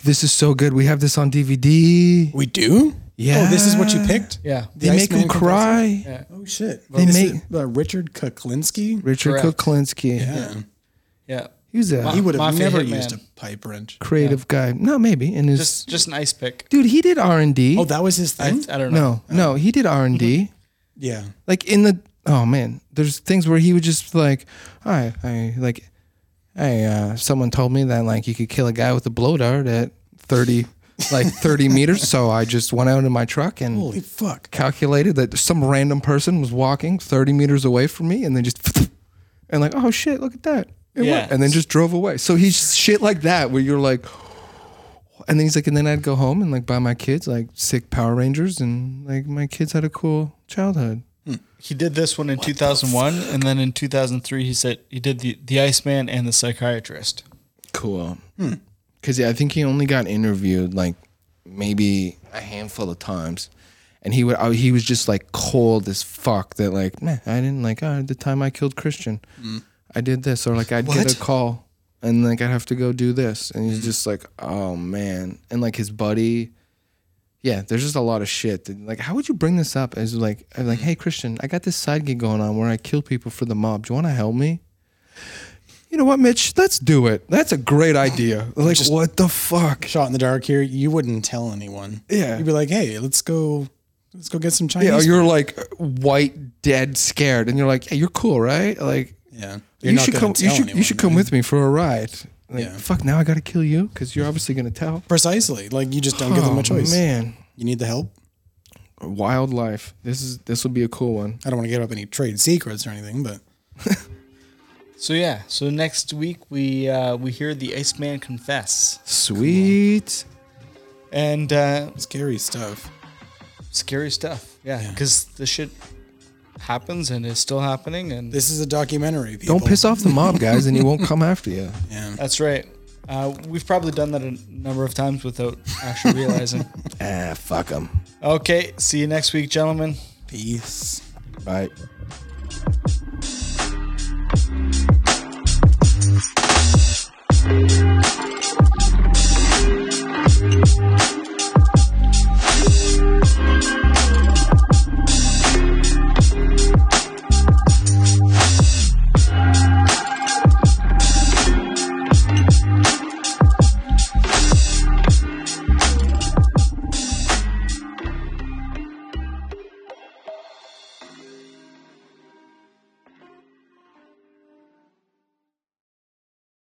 This is so good. We have this on DVD.
We do.
Yeah.
Oh, this is what you picked.
yeah.
They make
Iceman
him cry.
Oh shit.
They
This
make-
is, uh, Richard Kuklinski.
Richard
Correct.
Kuklinski.
Yeah.
Yeah.
He was a
He would have
Mafia
never
hitman.
used a pipe wrench.
creative guy. No, maybe. And his
Just just an ice pick.
dude, he did R and D.
Oh, that Oh. was his
I,
thing.
I don't know.
no, no, he did R and D.
yeah.
Like in the oh man, there's things where he would just like, I, I like, hey, uh, someone told me that like you could kill a guy with a blow dart at thirty, like thirty meters. So I just went out in my truck and
Holy fuck.
calculated that some random person was walking 30 meters away from me and then just and like oh shit look at that It
Yeah.
went. and then just drove away so he's shit like that where you're like and then he's like and then i'd go home and like buy my kids like sick power rangers and like my kids had a cool childhood
He did this one in 2001 and then in 2003 he said he did the the Iceman and the Psychiatrist.
cool because yeah i think he only got interviewed like maybe a handful of times and he would oh, he was just like cold as fuck that like nah, i didn't like oh, the time i killed christian i did this or like i'd get a call and like i'd have to go do this and he's just like oh man and like his buddy yeah there's just a lot of shit that, like how would you bring this up as like I'm like hey christian i got this side gig going on where i kill people for the mob do you want to help me you know what mitch let's do it that's a great idea like what the fuck
Shot in the dark here. You wouldn't tell anyone.
Yeah.
You'd be like, hey, let's go. Let's go get some Chinese.
Yeah, or you're like white, dead, scared, and you're like, "Hey, you're cool, right? Like,
Yeah.
you
You're not
should
gonna
come. You
tell
should you
anyone,
should come
right?
with me for a ride." Like,
Yeah.
fuck, now I gotta kill you because you're obviously gonna tell.
Precisely. Like you just don't give them
Oh,
a choice.
man,
You need the help.
wildlife. This is this will be a cool one.
I don't want to give up any trade secrets or anything, but
So yeah, so next week we uh, we hear the Iceman confess
Sweet.
and uh,
scary stuff.
scary stuff. Yeah, because the shit happens and is still happening, and
This is a documentary. People.
Don't piss off the mob, guys, and he won't come after you.
Yeah.
that's right. Uh, we've probably done that a number of times without actually realizing.
Ah, fuck him.
okay, see you next week, gentlemen.
Peace.
Bye.